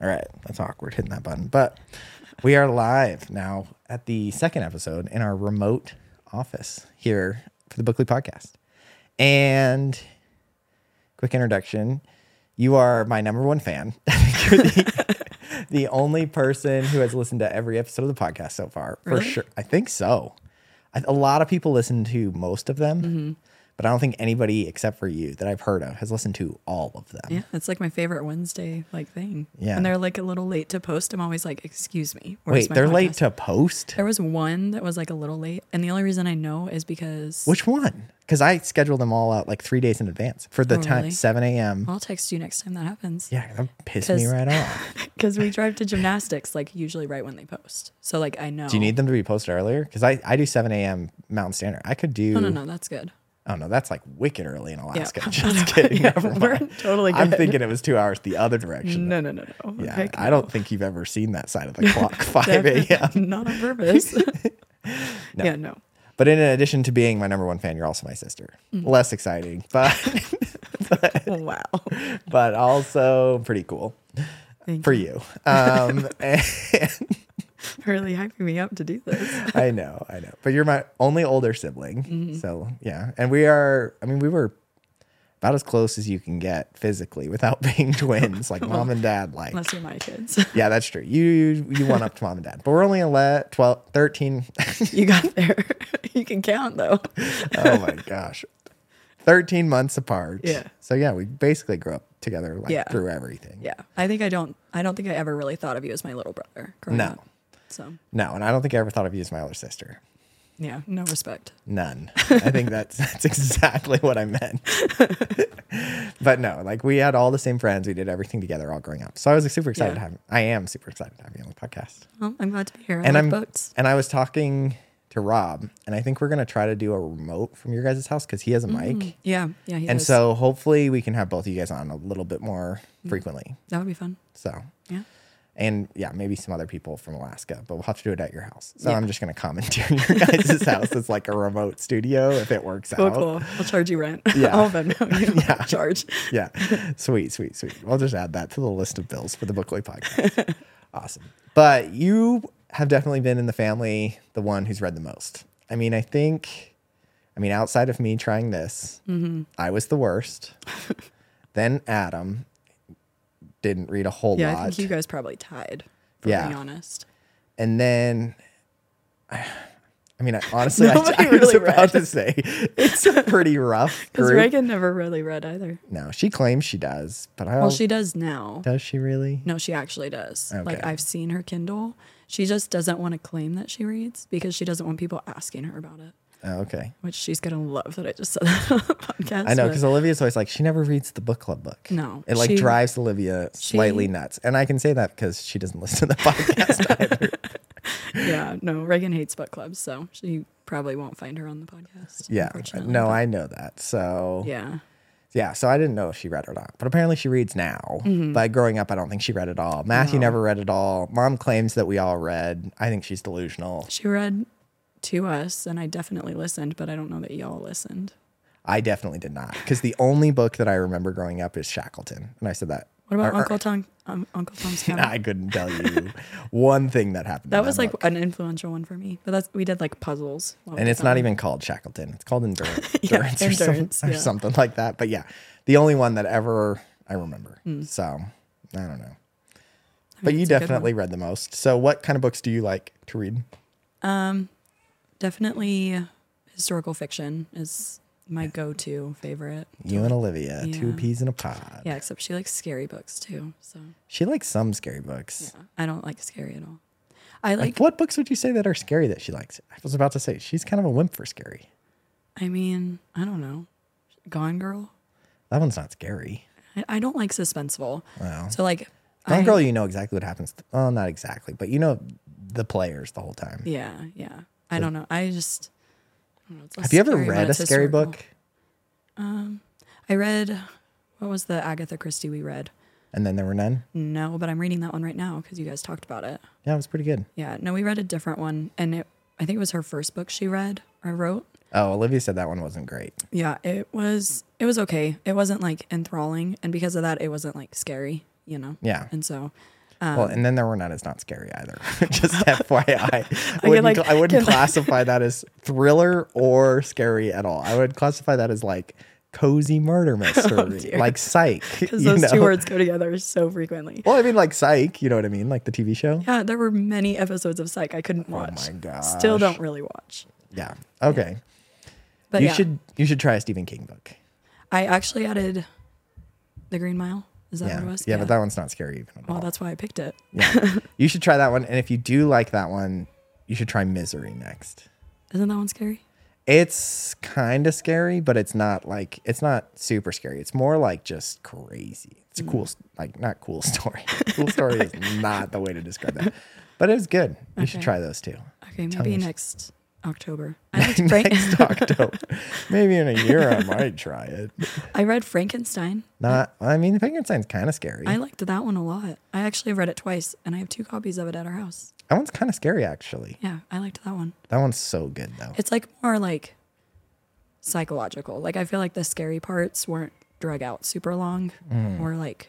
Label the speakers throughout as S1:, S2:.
S1: That's awkward hitting that button. But we are live now at the second episode in our remote office here for the Bookly podcast. And quick introduction you are my number one fan. You're the, the only person who has listened to every episode of the podcast so far, for
S2: Really?
S1: sure. I think so. I, a lot of people listen to most of them,
S2: Mm-hmm.
S1: but I don't think anybody except for you that I've heard of has listened to all of them.
S2: Yeah, it's like my favorite Wednesday like thing.
S1: Yeah.
S2: and they're like a little late to post. I'm always like, "Excuse me." where's
S1: Wait,
S2: my
S1: they're late
S2: podcast?"
S1: to post?
S2: There was one that was like a little late, and the only reason I know is because
S1: Which one? Because I scheduled them all out like three days in advance for the
S2: Oh,
S1: time
S2: really? Oh.
S1: 7 a.m.
S2: I'll text you next time that happens.
S1: Yeah, that pissed me
S2: 'Cause-
S1: right off.
S2: because we drive to gymnastics like usually right when they post. So like I know.
S1: Do you need them to be posted earlier? Because I, I do 7 a.m. Mountain Standard. I could do.
S2: No, no, no. That's good.
S1: Oh no, that's like wicked early in Alaska.
S2: Yeah.
S1: Just kidding.
S2: Yeah,
S1: Never
S2: we're
S1: mind.
S2: totally
S1: I'm
S2: good.
S1: thinking it was two hours the other direction.
S2: No, no, no, no.
S1: yeah,
S2: Heck
S1: I
S2: no.
S1: don't think you've ever seen that side of the clock, 5
S2: Definitely
S1: a.m.
S2: Not on purpose. Yeah, no.
S1: But in addition to being my number one fan, you're also my sister.
S2: Mm.
S1: Less exciting, but
S2: Wow.
S1: but also pretty cool
S2: Thank
S1: for you. Um, and
S2: you. Really hyping me up to do this.
S1: I know, I know. But you're my only older sibling,
S2: Mm-hmm.
S1: so yeah. And we are. I mean, we were about as close as you can get physically without being twins, like mom and dad. Like
S2: Unless you're my kids.
S1: Yeah, that's true. You you, you went up to mom and dad, but we're only 11, 12, 13.
S2: you got there. you can count though.
S1: oh my gosh, thirteen months apart.
S2: Yeah.
S1: So yeah, we basically grew up together like
S2: Yeah.
S1: through everything.
S2: Yeah. I think I don't I don't think I ever really thought of you as my little brother. growing
S1: No.
S2: up. So
S1: No, and I don't think I ever thought of you as my older sister.
S2: yeah, no respect.
S1: None. I think that's that's exactly what I meant. but no, like we had all the same friends. We did everything together all growing up. So I was like, super excited to
S2: Yeah.
S1: have. I am super excited to have you on the podcast.
S2: Well, I'm glad to be here. I
S1: and
S2: like
S1: I'm
S2: boats.
S1: and I was talking to Rob, and I think we're gonna try to do a remote from your guys' house because he has a mic.
S2: Yeah, yeah. Mm-hmm. He
S1: And
S2: does.
S1: so hopefully we can have both of you guys on a little bit more frequently.
S2: that would be fun.
S1: So,
S2: Yeah.
S1: and yeah, maybe some other people from Alaska, but we'll have to do it at your house. So
S2: Yeah.
S1: I'm just going to commandeer your guys' house as like a remote studio if it works
S2: Cool,
S1: out.
S2: cool. I'll charge you rent.
S1: Yeah.
S2: All of them. No, you don't
S1: Yeah.
S2: Charge.
S1: Yeah. Sweet, sweet, sweet. We'll just add that to the list of bills for the Bookly podcast. awesome. But you have definitely been in the family the one who's read the most. I mean, I think, I mean, outside of me trying this,
S2: Mm-hmm.
S1: I was the worst. then Adam didn't read a whole
S2: Yeah,
S1: lot.
S2: I think you guys probably tied. For
S1: Yeah.
S2: being honest.
S1: and then I mean, I, honestly, I,
S2: Nobody
S1: I was
S2: really
S1: about
S2: read.
S1: to say it's a pretty rough
S2: Because
S1: group.
S2: Reagan never really read either.
S1: no, she claims she does, but I don't.
S2: Well, she does now.
S1: does she really?
S2: No, she actually does. Like
S1: Okay.
S2: I've seen her Kindle. She just doesn't want to claim that she reads because she doesn't want people asking her about it.
S1: Oh, okay,
S2: Which she's gonna love that I just said that on the podcast.
S1: I know
S2: but-
S1: because Olivia's always like she never reads the book club book.
S2: No,
S1: it like
S2: she-
S1: drives Olivia slightly
S2: she-
S1: nuts, and I can say that because she doesn't listen to the podcast. either.
S2: yeah, no, Reagan hates book clubs, so she probably won't find her on the podcast.
S1: yeah,
S2: unfortunately,
S1: no,
S2: but-
S1: I know that. So yeah.
S2: Yeah,
S1: so I didn't know if she read or not, but apparently she reads now.
S2: Mm-hmm.
S1: But growing up, I don't think she read at all. Matthew never read at all. Mom claims that we all read. I think she's delusional.
S2: she read to us, and I definitely listened, but I don't know that y'all listened.
S1: I definitely did not because the only book that I remember growing up is Shackleton, and I said that.
S2: What about
S1: or- or-
S2: Uncle Tom? Um, Uncle Tom's Cabin?
S1: I couldn't tell you one thing that happened. in
S2: that was like
S1: book.
S2: an influential one for me. But that's we did like puzzles, while we
S1: and
S2: did
S1: it's
S2: that
S1: not
S2: one.
S1: even called Shackleton; it's called Endurance,
S2: Oh, Yeah,
S1: Endurance or, some-
S2: Endurance,
S1: or
S2: yeah.
S1: something like that. But yeah, the only one that ever I remember. So I don't know, e, but you
S2: Hmm. it's a good one.
S1: definitely read the most. So what kind of books do you like to read?
S2: definitely historical fiction is my go-to favorite.
S1: You and Olivia, two
S2: Yeah.
S1: peas in a pod.
S2: Yeah, except she likes scary books too. So
S1: She likes some scary books.
S2: yeah, I don't like scary at all. I like
S1: Like, what books would you say that are scary that she likes? I was about to say she's kind of a wimp for scary.
S2: I mean, I don't know. Gone Girl.
S1: That one's not scary.
S2: I, I don't like suspenseful. So like
S1: Gone
S2: I-
S1: Girl, you know exactly what happens. Well, not exactly, but you know the players the whole time.
S2: Yeah, yeah. I don't know. I just I don't know, it's less
S1: Have you ever
S2: scary when
S1: read a
S2: it's
S1: scary
S2: historical.
S1: book?
S2: I read what was the Agatha Christie we read?
S1: And then there were none.
S2: No, but I'm reading that one right now because you guys talked about it.
S1: Yeah, it was pretty good.
S2: Yeah. No, we read a different one and it I think it was her first book she read or wrote.
S1: Oh, Olivia said that one wasn't great.
S2: Yeah, it was it was okay. It wasn't like enthralling and because of that it wasn't like scary, you know.
S1: Yeah.
S2: And so
S1: well, and then the we're not is not scary either. Just FYI, I, wouldn't,
S2: like-
S1: cl- I wouldn't
S2: get like-
S1: classify that as thriller or scary at all. I would classify that as like cozy murder mystery,
S2: Oh, dear.
S1: like Psych.
S2: because
S1: you
S2: those two
S1: know?
S2: words go together so frequently.
S1: Well, I mean, like Psych. You know what I mean? Like the TV show.
S2: Yeah, there were many episodes of Psych I couldn't watch.
S1: Oh my gosh.
S2: Still don't really watch.
S1: Yeah. Okay.
S2: But
S1: you
S2: yeah,
S1: should you should try a Stephen King book.
S2: I actually added The Green Mile. Is that
S1: Yeah.
S2: what it was?
S1: yeah, but that one's not scary even at all.
S2: Well, that's why I picked it.
S1: Yeah. you should try that one. And if you do like that one, you should try Misery next.
S2: Isn't that one scary?
S1: It's kind of scary, but it's not like it's not super scary. It's more like just crazy. It's a cool,
S2: Mm.
S1: s- like not cool story. cool story is not the way to describe that, but it was good. You should
S2: Okay.
S1: try those too.
S2: Okay,
S1: Tell
S2: maybe
S1: me.
S2: next October. I, liked Frank-
S1: Next October, maybe in a year I might try it.
S2: I read Frankenstein.
S1: Not, I mean, Frankenstein's kind of scary.
S2: I liked that one a lot. I actually read it twice, and I have two copies of it at our house.
S1: that one's kind of scary actually.
S2: Yeah, I liked that one.
S1: That one's so good though.
S2: It's like more like psychological. Like I feel like the scary parts weren't drug out super long,
S1: Mm.
S2: or like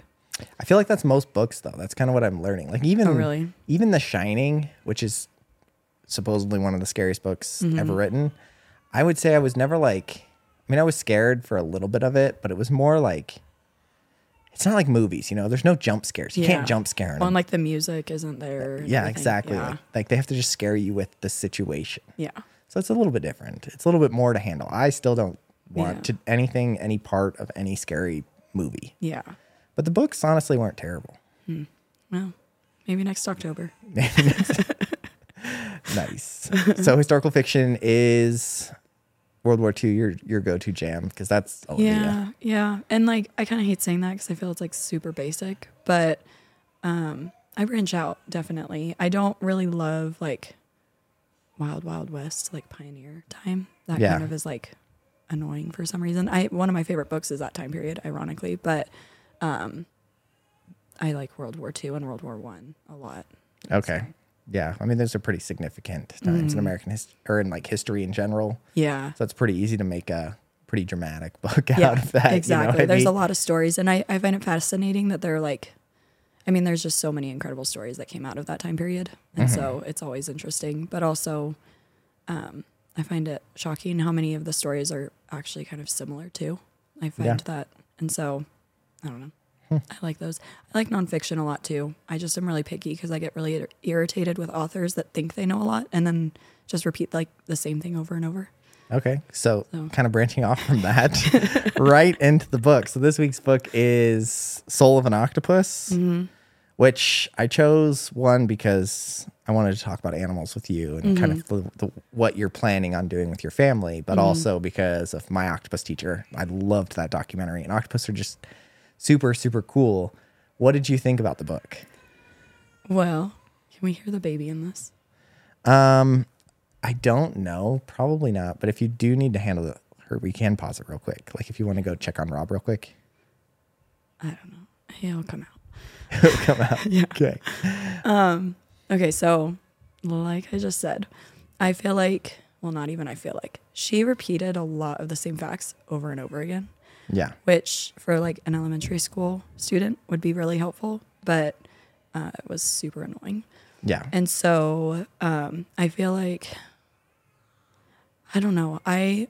S1: I feel like that's most books though. That's kind of what I'm learning. Like even
S2: Oh, really?
S1: even The Shining, which is supposedly one of the scariest books
S2: Mm-hmm.
S1: ever written, I would say I was never like I mean I was scared for a little bit of it, but it was more like it's not like movies, you know. There's no jump scares. You
S2: Yeah.
S1: can't jump scare. in
S2: well, and
S1: them.
S2: like the music isn't there. and
S1: yeah,
S2: everything.
S1: exactly.
S2: Yeah.
S1: Like, like they have to just scare you with the situation.
S2: yeah.
S1: So it's a little bit different. It's a little bit more to handle. I still don't want
S2: Yeah.
S1: to anything any part of any scary movie.
S2: Yeah.
S1: But the books honestly weren't terrible.
S2: Well, maybe next October.
S1: Nice. so historical fiction is World War II your your go to jam because that's Olivia.
S2: yeah, yeah, And like, I kind of hate saying that because I feel it's like super basic, but um, I branch out definitely. I don't really love like Wild Wild West, like Pioneer time. That
S1: Yeah.
S2: kind of is like annoying for some reason. I one of my favorite books is that time period, ironically, but um, I like World War II and World War One a lot.
S1: Okay. Yeah. I mean, those are pretty significant times
S2: Mm-hmm.
S1: in American history or in like history in general.
S2: Yeah.
S1: So it's pretty easy to make a pretty dramatic book
S2: yeah,
S1: out of that. you know
S2: Exactly.
S1: what I
S2: there's a
S1: mean?
S2: lot of stories, and I, I find it fascinating that they're like, I mean, there's just so many incredible stories that came out of that time period, and so
S1: Mm-hmm.
S2: it's always interesting. But also, um, I find it shocking how many of the stories are actually kind of similar too. I find
S1: Yeah. Hmm.
S2: that, and so I don't know. I like those. I like nonfiction a lot too. I just am really picky because I get really ir- irritated with authors that think they know a lot and then just repeat like the same thing over and over.
S1: Okay. So, kind of branching off from that right into the book. So this week's book is Soul of an Octopus, which I chose one because I wanted to talk about animals with you and kind of the, the, what you're planning on doing with your family, but also because of my octopus teacher. I loved that documentary and octopus are just super, super cool. What did you think about the book?
S2: Well, can we hear the baby in this?
S1: I don't know. Probably not. But if you do need to handle it, her, we can pause it real quick. Like if you want to go check on Rob real quick.
S2: I don't know. He'll come out.
S1: come out. Okay.
S2: Okay, so like I just said, I feel like, well, not even I feel like, she repeated a lot of the same facts over and over again,
S1: Yeah.
S2: which for like an elementary school student would be really helpful, but uh, it was super annoying.
S1: Yeah.
S2: And so um, I feel like I don't know. I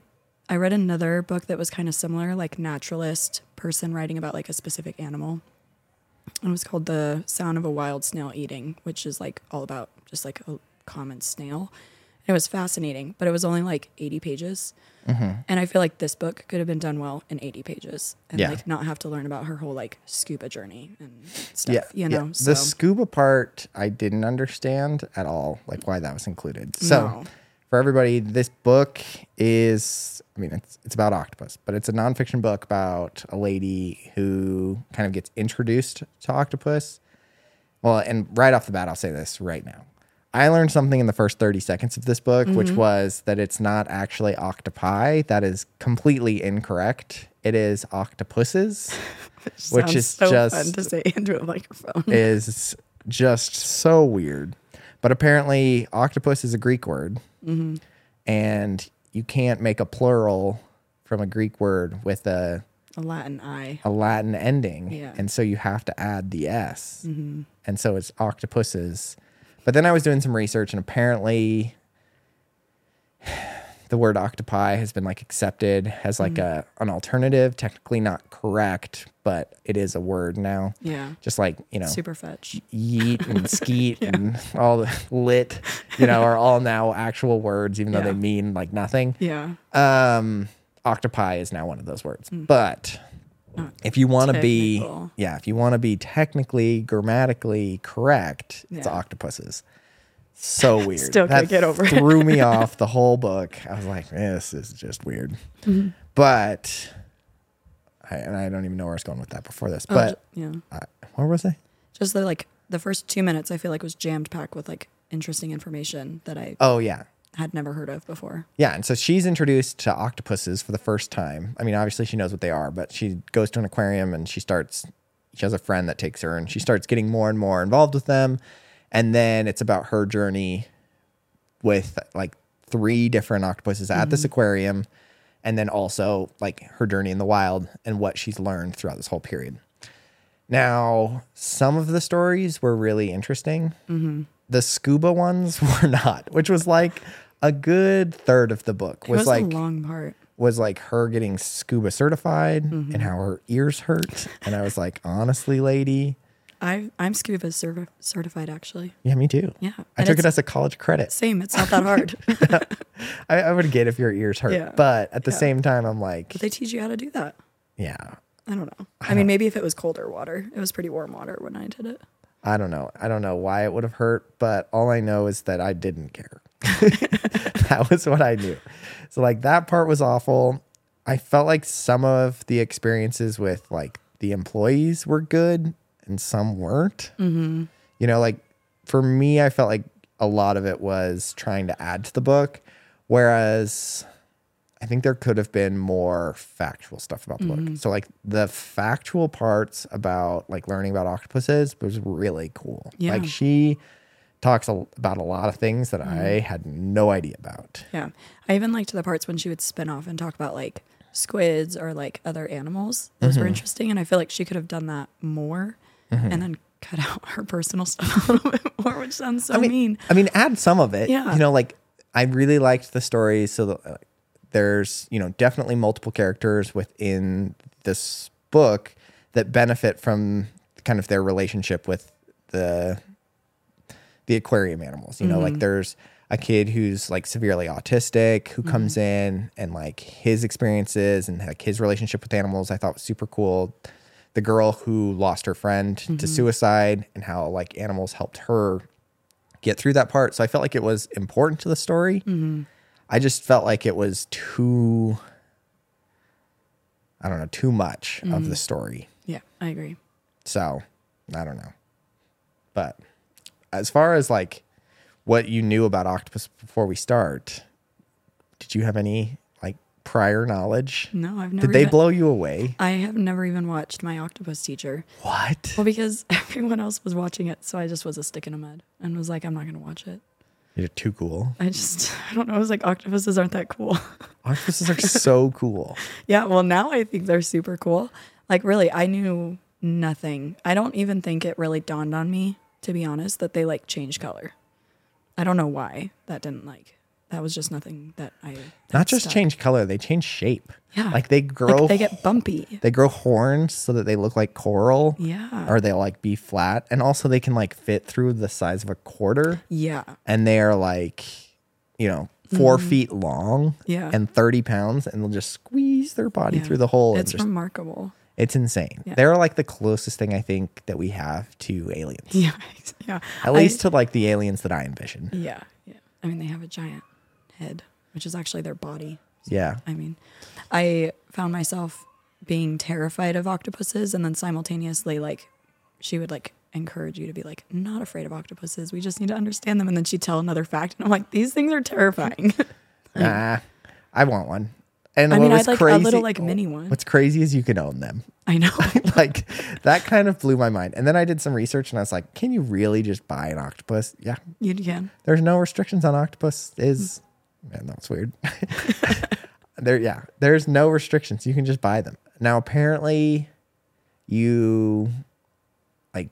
S2: I read another book that was kind of similar, like naturalist person writing about like a specific animal. It was called The Sound of a Wild Snail Eating, which is like all about just like a common snail. And it was fascinating, but it was only like 80 pages.
S1: Mm-hmm.
S2: And I feel like this book could have been done well in 80 pages and
S1: Yeah.
S2: like not have to learn about her whole like scuba journey and stuff,
S1: yeah.
S2: you know?
S1: yeah.
S2: So
S1: The scuba part, I didn't understand at all, like why that was included. So,
S2: No.
S1: for everybody, this book is, I mean, it's, it's about octopus, but it's a nonfiction book about a lady who kind of gets introduced to octopus. Well, and right off the bat, I'll say this right now. I learned something in the first 30 seconds of this book,
S2: Mm-hmm.
S1: which was that it's not actually octopi. That is completely incorrect. It is octopuses. which
S2: Sounds
S1: is
S2: so
S1: just-
S2: fun to say into a microphone.
S1: is just so weird. But apparently, octopus is a Greek word,
S2: Mm-hmm.
S1: and you can't make a plural from a Greek word with a
S2: a Latin I.
S1: a Latin ending.
S2: Yeah. Mm-hmm.
S1: And so you have to add the S. And so it's octopuses. But then I was doing some research and apparently the word octopi has been like accepted as like a
S2: Mm-hmm.
S1: an alternative, technically not correct, but it is a word now.
S2: Yeah.
S1: Just like, you know,
S2: Super fetch.
S1: yeet and skeet and all the lit, you know, are all now actual words, even though
S2: Yeah.
S1: they mean like nothing.
S2: Yeah.
S1: Um, octopi is now one of those words, but
S2: Mm. Not
S1: if you want to be,
S2: technical.
S1: yeah, if you want to be technically grammatically correct, it's
S2: Yeah.
S1: octopuses. So weird.
S2: Still can't get over it.
S1: threw me off the whole book. I was like, this is just weird.
S2: Mm-hmm.
S1: But I, and I don't even know where I was going with that before this.
S2: Oh,
S1: but
S2: j- yeah.
S1: I, where was I?
S2: Just the like the first two minutes I feel like was jammed packed with like interesting information that I
S1: Oh yeah,
S2: had never heard of before.
S1: Yeah, and so she's introduced to octopuses for the first time. I mean, obviously she knows what they are, but she goes to an aquarium and she starts she has a friend that takes her and she starts getting more and more involved with them. And then it's about her journey with like three different octopuses at
S2: Mm-hmm.
S1: this aquarium and then also like her journey in the wild and what she's learned throughout this whole period. Now, some of the stories were really interesting.
S2: Mm-hmm.
S1: The scuba ones were not, which was like a good third of the book
S2: It was,
S1: was like
S2: a long part.
S1: was like her getting scuba certified
S2: Mm-hmm.
S1: and how her ears hurt. And I was like, honestly, lady,
S2: I I'm scuba cer- certified actually.
S1: yeah, me too.
S2: Yeah.
S1: I
S2: And
S1: took it
S2: it's-
S1: as a college credit.
S2: Same. It's not that hard. but
S1: I, I would get if your ears hurt,
S2: Yeah.
S1: but at the same time, I'm like,
S2: they teach you how to do that.
S1: yeah,
S2: I don't know. I mean, maybe if it was colder water. It was pretty warm water when I did it.
S1: I don't know. I don't know why it would have hurt, but all I know is that I didn't care. that was what I knew. So like that part was awful. I felt like some of the experiences with like the employees were good and some weren't. You know, like for me, I felt like a lot of it was trying to add to the book, whereas I think there could have been more factual stuff about the book. So like the factual parts about like learning about octopuses was really cool.
S2: Yeah.
S1: Like she talks a, about a lot of things that I had no idea about.
S2: Yeah. I even liked the parts when she would spin off and talk about like squids or like other animals. Those
S1: Mm-hmm.
S2: were interesting. And I feel like she could have done that more and then cut out her personal stuff a little bit more, which sounds so mean.
S1: I mean, add some of it.
S2: Yeah.
S1: You know, like I really liked the story. So the, uh, there's, you know, definitely multiple characters within this book that benefit from kind of their relationship with the the aquarium animals. You know,
S2: Mm-hmm.
S1: like there's a kid who's like severely autistic who
S2: Mm-hmm.
S1: comes in and like his experiences and like his relationship with animals I thought was super cool. The girl who lost her friend
S2: Mm-hmm.
S1: to suicide and how like animals helped her get through that part. So I felt like it was important to the story.
S2: Mm-hmm.
S1: I just felt like it was too I don't know, too much of
S2: Mm.
S1: the story.
S2: Yeah, I agree.
S1: So I don't know. But as far as like what you knew about octopus before we start, did you have any like prior knowledge?
S2: No, I've never
S1: Did they
S2: even-
S1: blow you away?
S2: I have never even watched my octopus teacher.
S1: What?
S2: Well, because everyone else was watching it, so I just was a stick in a mud and was like, I'm not gonna watch it.
S1: You're too cool.
S2: I just I don't know, I was like octopuses aren't that cool.
S1: Octopuses are so cool.
S2: Yeah, well, now I think they're super cool. Like, really, I knew nothing. I don't even think it really dawned on me, to be honest, that they like change color. I don't know why that didn't like. That was just nothing that I. that
S1: Not just
S2: stuck.
S1: change color, they change shape.
S2: Yeah.
S1: Like they
S2: Like,
S1: grow
S2: they get bumpy.
S1: they grow horns so that they look like coral.
S2: Yeah.
S1: Or they'll like be flat. And also they can like fit through the size of a quarter.
S2: Yeah.
S1: and they are like, you know, 4 feet long
S2: Mm-hmm. Yeah.
S1: and 30 pounds, and they'll just squeeze their body
S2: yeah.
S1: through the hole.
S2: It's
S1: and just,
S2: remarkable.
S1: it's insane.
S2: Yeah.
S1: They're like the closest thing I think that we have to aliens,
S2: Yeah. Yeah.
S1: at
S2: I-
S1: least to like the aliens that I envision.
S2: yeah. Yeah. I mean, they have a giant head, which is actually their body.
S1: Yeah.
S2: I mean, I found myself being terrified of octopuses and then simultaneously like she would like encourage you to be like not afraid of octopuses. We just need to understand them and then she'd tell another fact and I'm like these things are terrifying.
S1: Ah, I want one. And
S2: I
S1: what
S2: mean,
S1: was
S2: I'd like a
S1: crazy,
S2: little, like, mini one.
S1: What's crazy is you can own them.
S2: I know.
S1: like that kind of blew my mind. And then I did some research and I was like, can you really just buy an octopus? Yeah,
S2: You can.
S1: there's no restrictions on octopus is man that was weird there yeah there's no restrictions you can just buy them Now apparently you like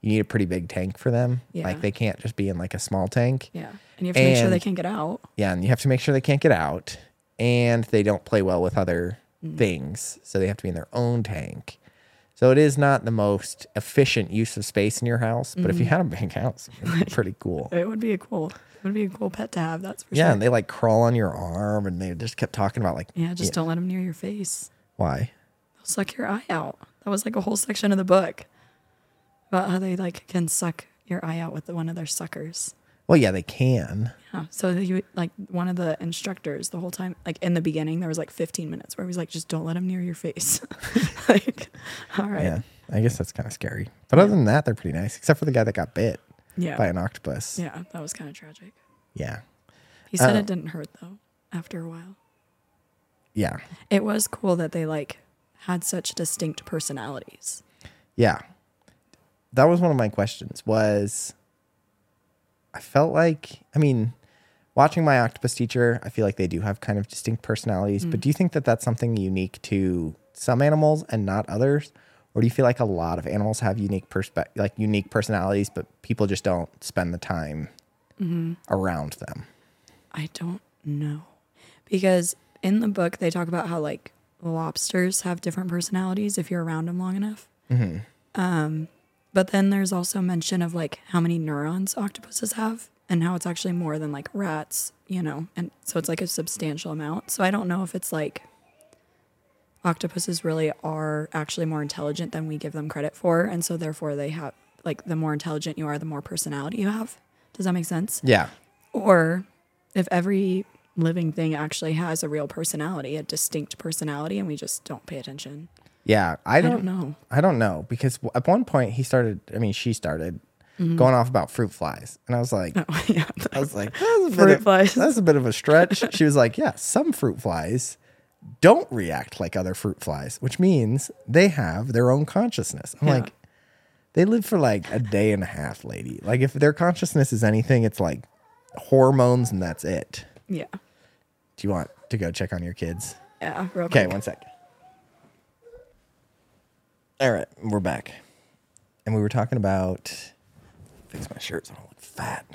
S1: you need a pretty big tank for them.
S2: Yeah.
S1: Like they can't just be in like a small tank.
S2: Yeah. And you have to make sure
S1: And-
S2: they can get out.
S1: Yeah, and you have to make sure they can't get out and they don't play well with other
S2: Mm.
S1: things. So they have to be in their own tank. So it is not the most efficient use of space in your house, but if
S2: Mm-hmm.
S1: you had a big house, it'd be pretty cool.
S2: It would be a cool it would be a cool pet to have, that's for
S1: Yeah,
S2: sure.
S1: and they like crawl on your arm and they just kept talking about like
S2: yeah, just don't let them near your face.
S1: why?
S2: They'll suck your eye out. That was like a whole section of the book about how they like can suck your eye out with one of their suckers.
S1: Well, yeah, they can.
S2: Yeah. So he would- like one of the instructors the whole time, like in the beginning, there was like 15 minutes where he was like, just don't let him near your face. like, all right.
S1: Yeah.
S2: Yeah.
S1: I guess that's kind of scary. But other than that, they're pretty nice, except for the guy that got bit
S2: Yeah.
S1: by an octopus. Yeah.
S2: that was kind of tragic. He said it didn't hurt though. After a while,
S1: Yeah.
S2: it was cool that they like had such distinct personalities.
S1: Yeah. That was one of my questions was I felt like I mean, watching my octopus teacher, I feel like they do have kind of distinct personalities, but do you think that that's something unique to some animals and not others? Or do you feel like a lot of animals have unique perspe- like unique personalities, but people just don't spend the time around them?
S2: I don't know. Because in the book, they talk about how like lobsters have different personalities if you're around them long enough. Um, but then there's also mention of like how many neurons octopuses have and how it's actually more than like rats, you know. And so it's like a substantial amount. So I don't know if it's like octopuses really are actually more intelligent than we give them credit for. And so therefore, they have like the more intelligent you are, the more personality you have. Does that make sense?
S1: Yeah.
S2: or if every living thing actually has a real personality, a distinct personality, and we just don't pay attention.
S1: Yeah, I
S2: I
S1: don't,
S2: don't know.
S1: I don't know because w- at one point he started. I mean, she started going off about fruit flies, and I was like,
S2: Oh, yeah.
S1: I was like, that's a
S2: Fruit
S1: bit of,
S2: flies.
S1: That's a bit of a stretch. she was like, yeah, some fruit flies don't react like other fruit flies, which means they have their own consciousness. I'm
S2: Yeah.
S1: like, they live for like a day and a half, lady. Like if their consciousness is anything, it's like hormones, and that's it.
S2: Yeah.
S1: Do you want to go check on your kids?
S2: Yeah. Real
S1: Okay,
S2: quick.
S1: one sec. All right, we're back. And we were talking about fix my shirt so I don't look fat.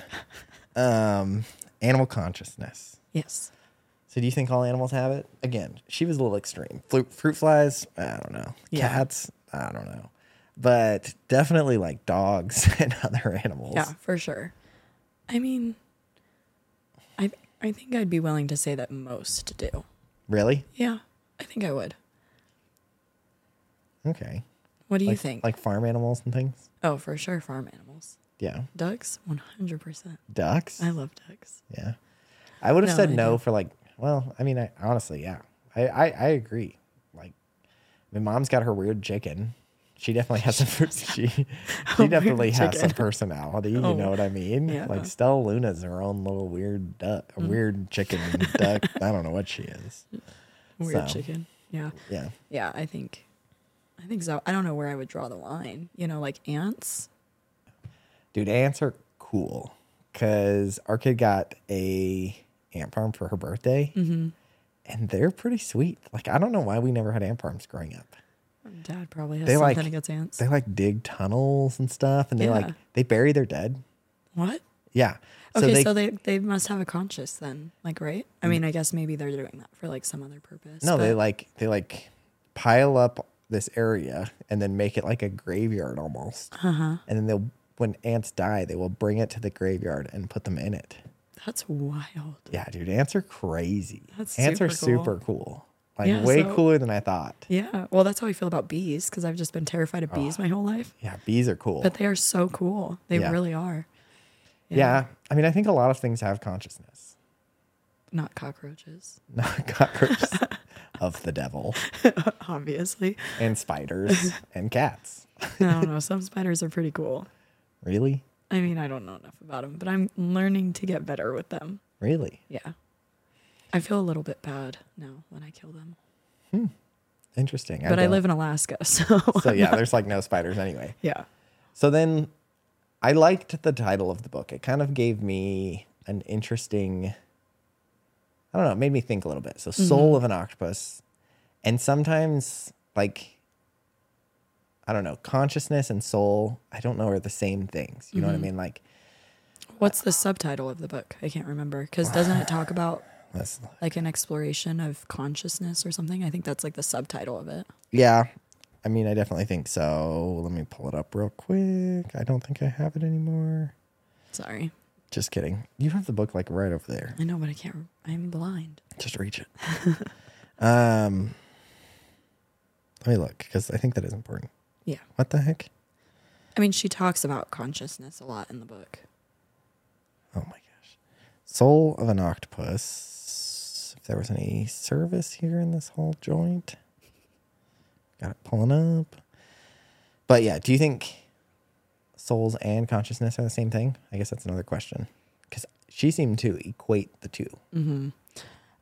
S1: Um, animal consciousness.
S2: Yes.
S1: So do you think all animals have it? Again, she was a little extreme. Fruit, fruit flies, I don't know.
S2: Yeah.
S1: Cats, I don't know. But definitely like dogs and other animals.
S2: Yeah, for sure. I mean, I I think I'd be willing to say that most do.
S1: Really?
S2: Yeah, I think I would.
S1: Okay.
S2: What do you
S1: like,
S2: think?
S1: Like farm animals and things?
S2: oh, for sure, farm animals.
S1: Yeah.
S2: Ducks, one hundred percent.
S1: Ducks?
S2: I love ducks.
S1: Yeah. I would have
S2: No,
S1: said
S2: I
S1: no
S2: don't.
S1: for like, well, I mean, I honestly, yeah. I, I, I agree. Like, my mom's got her weird chicken. She definitely has some, she, she definitely has some
S2: chicken.
S1: personality. You
S2: Oh,
S1: know what I mean?
S2: yeah. Mm.
S1: Like, Stella Luna's her own little weird duck, weird chicken duck. I don't know what she is.
S2: Weird
S1: So.
S2: chicken. Yeah.
S1: Yeah.
S2: Yeah, I think, I think so. I don't know where I would draw the line. You know, like ants.
S1: Dude, ants are cool because our kid got a ant farm for her birthday.
S2: Mm-hmm.
S1: And they're pretty sweet. Like, I don't know why we never had ant farms growing up.
S2: Dad probably has
S1: They,
S2: something
S1: like-
S2: against ants.
S1: they like dig tunnels and stuff and they like
S2: Yeah.
S1: they bury their dead
S2: what?
S1: yeah
S2: Okay, so, they, so they must have a conscience then, like right? I mean, I guess maybe they're doing that for like some other purpose.
S1: Mm. no they
S2: but-
S1: like they like pile up this area and then make it like a graveyard almost uh-huh. and then they'll when ants die they will bring it to the graveyard and put them in it
S2: that's wild.
S1: yeah dude ants are crazy
S2: That's
S1: ants are
S2: super cool.
S1: super cool like
S2: Yeah,
S1: way
S2: so-
S1: cooler than i thought
S2: Yeah. Well, that's how I feel about bees because I've just been terrified of bees my whole life.
S1: yeah bees are Ah. cool
S2: But they are so cool. They
S1: Yeah.
S2: really are.
S1: yeah i mean i think a lot of things have consciousness
S2: Not cockroaches,
S1: not cockroaches of the devil
S2: obviously.
S1: and spiders and cats
S2: I don't know. Some spiders are pretty cool.
S1: really
S2: I mean, I don't know enough about them, but I'm learning to get better with them.
S1: Really?
S2: Yeah. I feel a little bit bad now when I kill them.
S1: Interesting.
S2: But I
S1: don't-
S2: live in Alaska, so
S1: So yeah, there's like no spiders anyway.
S2: yeah.
S1: So then I liked the title of the book. It kind of gave me an
S2: Mm-hmm.
S1: interesting I don't know, it made me think a little bit. So Soul of an Octopus And sometimes, like, I don't know, consciousness and soul, I don't know, are the same things. You know
S2: Mm-hmm.
S1: what I mean? Like,
S2: What's the subtitle of the book? I can't remember because doesn't it talk about
S1: let's,
S2: like an exploration of consciousness or something? I think that's like the subtitle of it.
S1: yeah. I mean, I definitely think so. Let me pull it up real quick. I don't think I have it anymore.
S2: Sorry,
S1: Just kidding. You have the book like right over there.
S2: I know, but I can't. rem- I'm blind.
S1: Just reach it. um, let me look because I think that is important.
S2: Yeah,
S1: What the heck?
S2: I mean, she talks about consciousness a lot in the book.
S1: Oh my gosh. Soul of an octopus. If there was any service here in this whole joint. Got it pulling up. But yeah, do you think souls and consciousness are the same thing? I guess that's another question. Because she seemed to equate the two.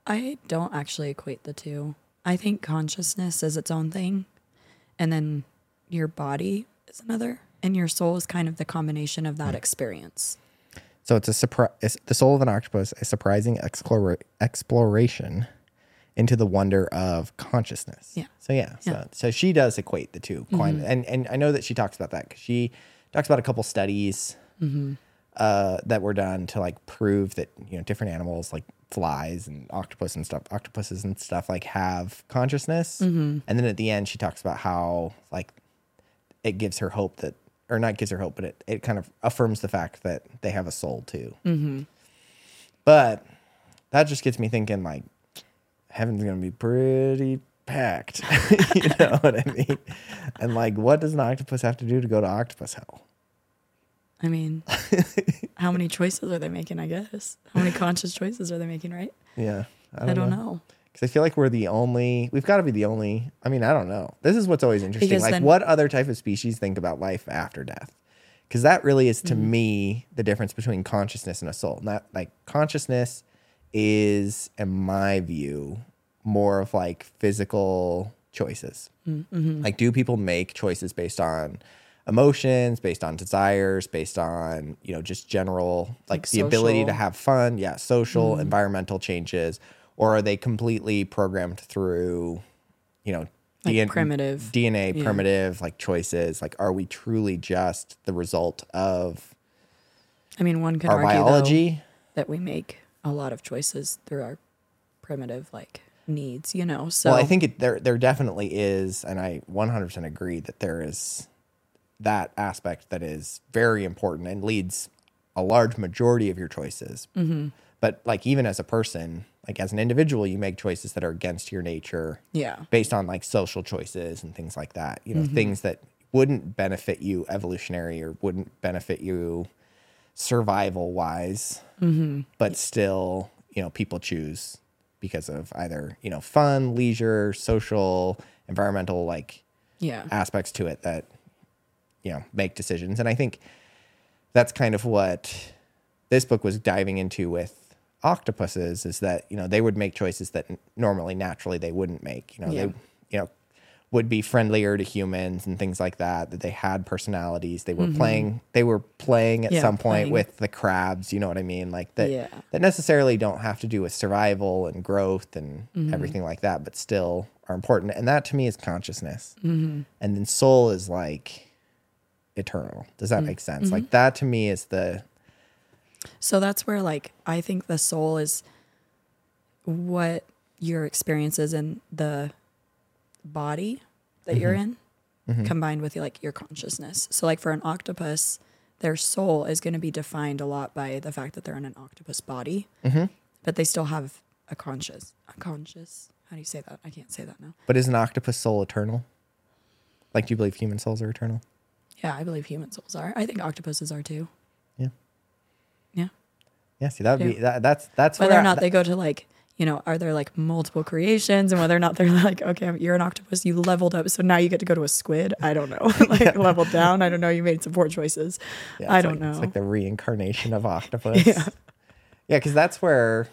S2: I don't actually equate the two. I think consciousness is its own thing, and then your body is another, and your soul is kind of the combination of that experience.
S1: So it's a surprise. The soul of an octopus, a surprising explora- exploration into the wonder of consciousness.
S2: Yeah.
S1: So yeah. So, so she does equate the two. Coin, and and I know that she talks about that because she talks about a couple studies uh, that were done to like prove that you know different animals like flies and octopus and stuff, octopuses and stuff like have consciousness. And then at the end, she talks about how like it gives her hope that, or not gives her hope, but it, it kind of affirms the fact that they have a soul too.
S2: Mm-hmm.
S1: But that just gets me thinking like, heaven's going to be pretty packed. you know what I mean? And like, what does an octopus have to do to go to octopus hell?
S2: I mean, how many choices are they making? I guess how many conscious choices are they making? Right?
S1: Yeah.
S2: I don't, know.
S1: Because I feel like we're the only, we've got to be the only. I mean, I don't know. This is what's always interesting.
S2: Because
S1: like,
S2: then-
S1: what other type of species think about life after death? Because that really is,
S2: Mm.
S1: to me, the difference between consciousness and a soul. Not like consciousness is, in my view, more of like physical choices.
S2: Mm, mm-hmm.
S1: Like, do people make choices based on emotions, based on desires, based on, you know, just general, like,
S2: Like
S1: the ability to
S2: social.
S1: have fun? Yeah,
S2: Mm.
S1: social, environmental changes. Or are they completely programmed through, you know,
S2: Like
S1: DN-
S2: primitive.
S1: DNA,
S2: Yeah.
S1: primitive, like choices? Like, are we truly just the result of
S2: I mean, one could
S1: our
S2: argue though,
S1: biology?
S2: that we make a lot of choices through our primitive like needs. You know, so
S1: well, I think it, there there definitely is, and I 100% agree that there is that aspect that is very important and leads a large majority of your choices.
S2: Mm-hmm.
S1: But like even as a person, like as an individual, you make choices that are against your nature
S2: yeah,
S1: based on like social choices and things like that. You know, things that wouldn't benefit you evolutionary or wouldn't benefit you survival wise, but still, you know, people choose because of either, you know, fun, leisure, social, environmental like
S2: yeah,
S1: aspects to it that you know make decisions and i think that's kind of what this book was diving into with octopuses is that you know they would make choices that n- normally naturally they wouldn't make you know
S2: Yeah.
S1: they you know would be friendlier to humans and things like that that they had personalities they were playing they were playing at
S2: Mm-hmm. Yeah,
S1: some point
S2: playing.
S1: with the crabs you know what i mean like that
S2: Yeah.
S1: that necessarily don't have to do with survival and growth and
S2: Mm-hmm.
S1: everything like that but still are important and that to me is consciousness
S2: Mm-hmm.
S1: and then soul is like eternal does
S2: Mm-hmm.
S1: that make sense like that to me is the
S2: So that's where like I think the soul is what your experiences in the body that
S1: Mm-hmm.
S2: you're in combined with like your consciousness. So like for an octopus, their soul is going to be defined a lot by the fact that they're in an octopus body.
S1: Mm-hmm.
S2: But they still have a conscious a conscious. How do you say that? I can't say that now.
S1: but is an octopus soul eternal like do you believe human souls are eternal
S2: Yeah, I believe human souls are. I think octopuses are too.
S1: yeah
S2: Yeah.
S1: yeah see that would be that, that's that's
S2: whether
S1: where
S2: or
S1: I-
S2: not they go to like you know are there like multiple creations and whether or not they're like okay you're an octopus you leveled up so now you get to go to a squid i don't know like leveled down i don't know you made some poor choices
S1: Yeah,
S2: i
S1: it's
S2: don't
S1: like- It's
S2: know
S1: like the reincarnation of octopus. yeah, because that's where,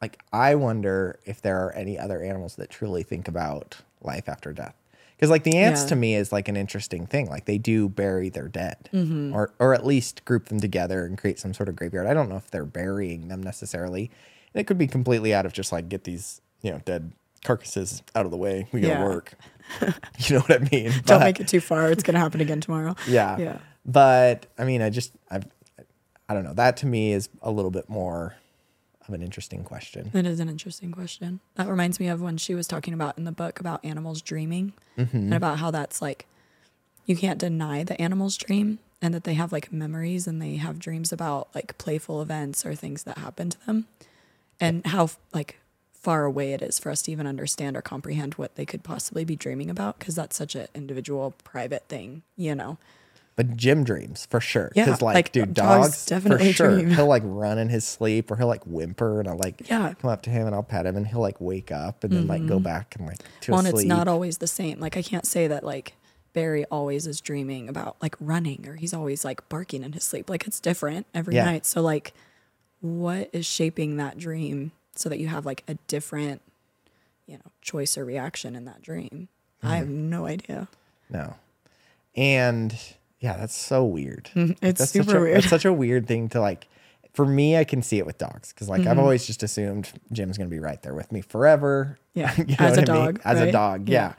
S1: like, I wonder if there are any other animals that truly think about life after death. Because like the ants
S2: Yeah.
S1: to me is like an interesting thing. Like they do bury their dead,
S2: Mm-hmm.
S1: or or at least group them together and create some sort of graveyard. I don't know if they're burying them necessarily. And it could be completely out of just like get these you know dead carcasses out of the way. We gotta
S2: Yeah.
S1: work. you know what I mean?
S2: Don't
S1: But-
S2: make it too far. It's gonna happen again tomorrow.
S1: yeah.
S2: Yeah.
S1: But I mean, I just I've I don't know. That to me is a little bit more of an interesting question.
S2: That is an interesting question. That reminds me of when she was talking about in the book about animals dreaming and about how that's like you can't deny the animals dream and that they have like memories and they have dreams about like playful events or things that happen to them and how like far away it is for us to even understand or comprehend what they could possibly be dreaming about because that's such an individual private thing, you know.
S1: But Jim dreams for sure.
S2: Yeah,
S1: Because like,
S2: like,
S1: dude,
S2: dogs
S1: dogs, for
S2: definitely
S1: sure.
S2: dream.
S1: He'll like run in his sleep or he'll like whimper and I'll like
S2: Yeah. Mm-hmm.
S1: come up to him and I'll pet him and he'll like wake up and then like go back and like to
S2: Well, and
S1: his
S2: it's
S1: sleep.
S2: not always the same. Like I can't say that like Barry always is dreaming about like running or he's always like barking in his sleep. Like it's different every
S1: Yeah.
S2: night. So like what is shaping that dream so that you have like a different, you know, choice or reaction in that dream? I have
S1: Mm-hmm.
S2: no idea.
S1: no. And yeah, that's so weird.
S2: It's
S1: that's such
S2: super
S1: a,
S2: weird.
S1: It's such a weird thing to like. For me, I can see it with dogs because like
S2: Mm-hmm.
S1: I've always just assumed Jim's gonna be right there with me forever.
S2: Yeah,
S1: You know
S2: as
S1: what
S2: a
S1: I mean?
S2: dog,
S1: As a
S2: right?
S1: dog, yeah.
S2: Yeah.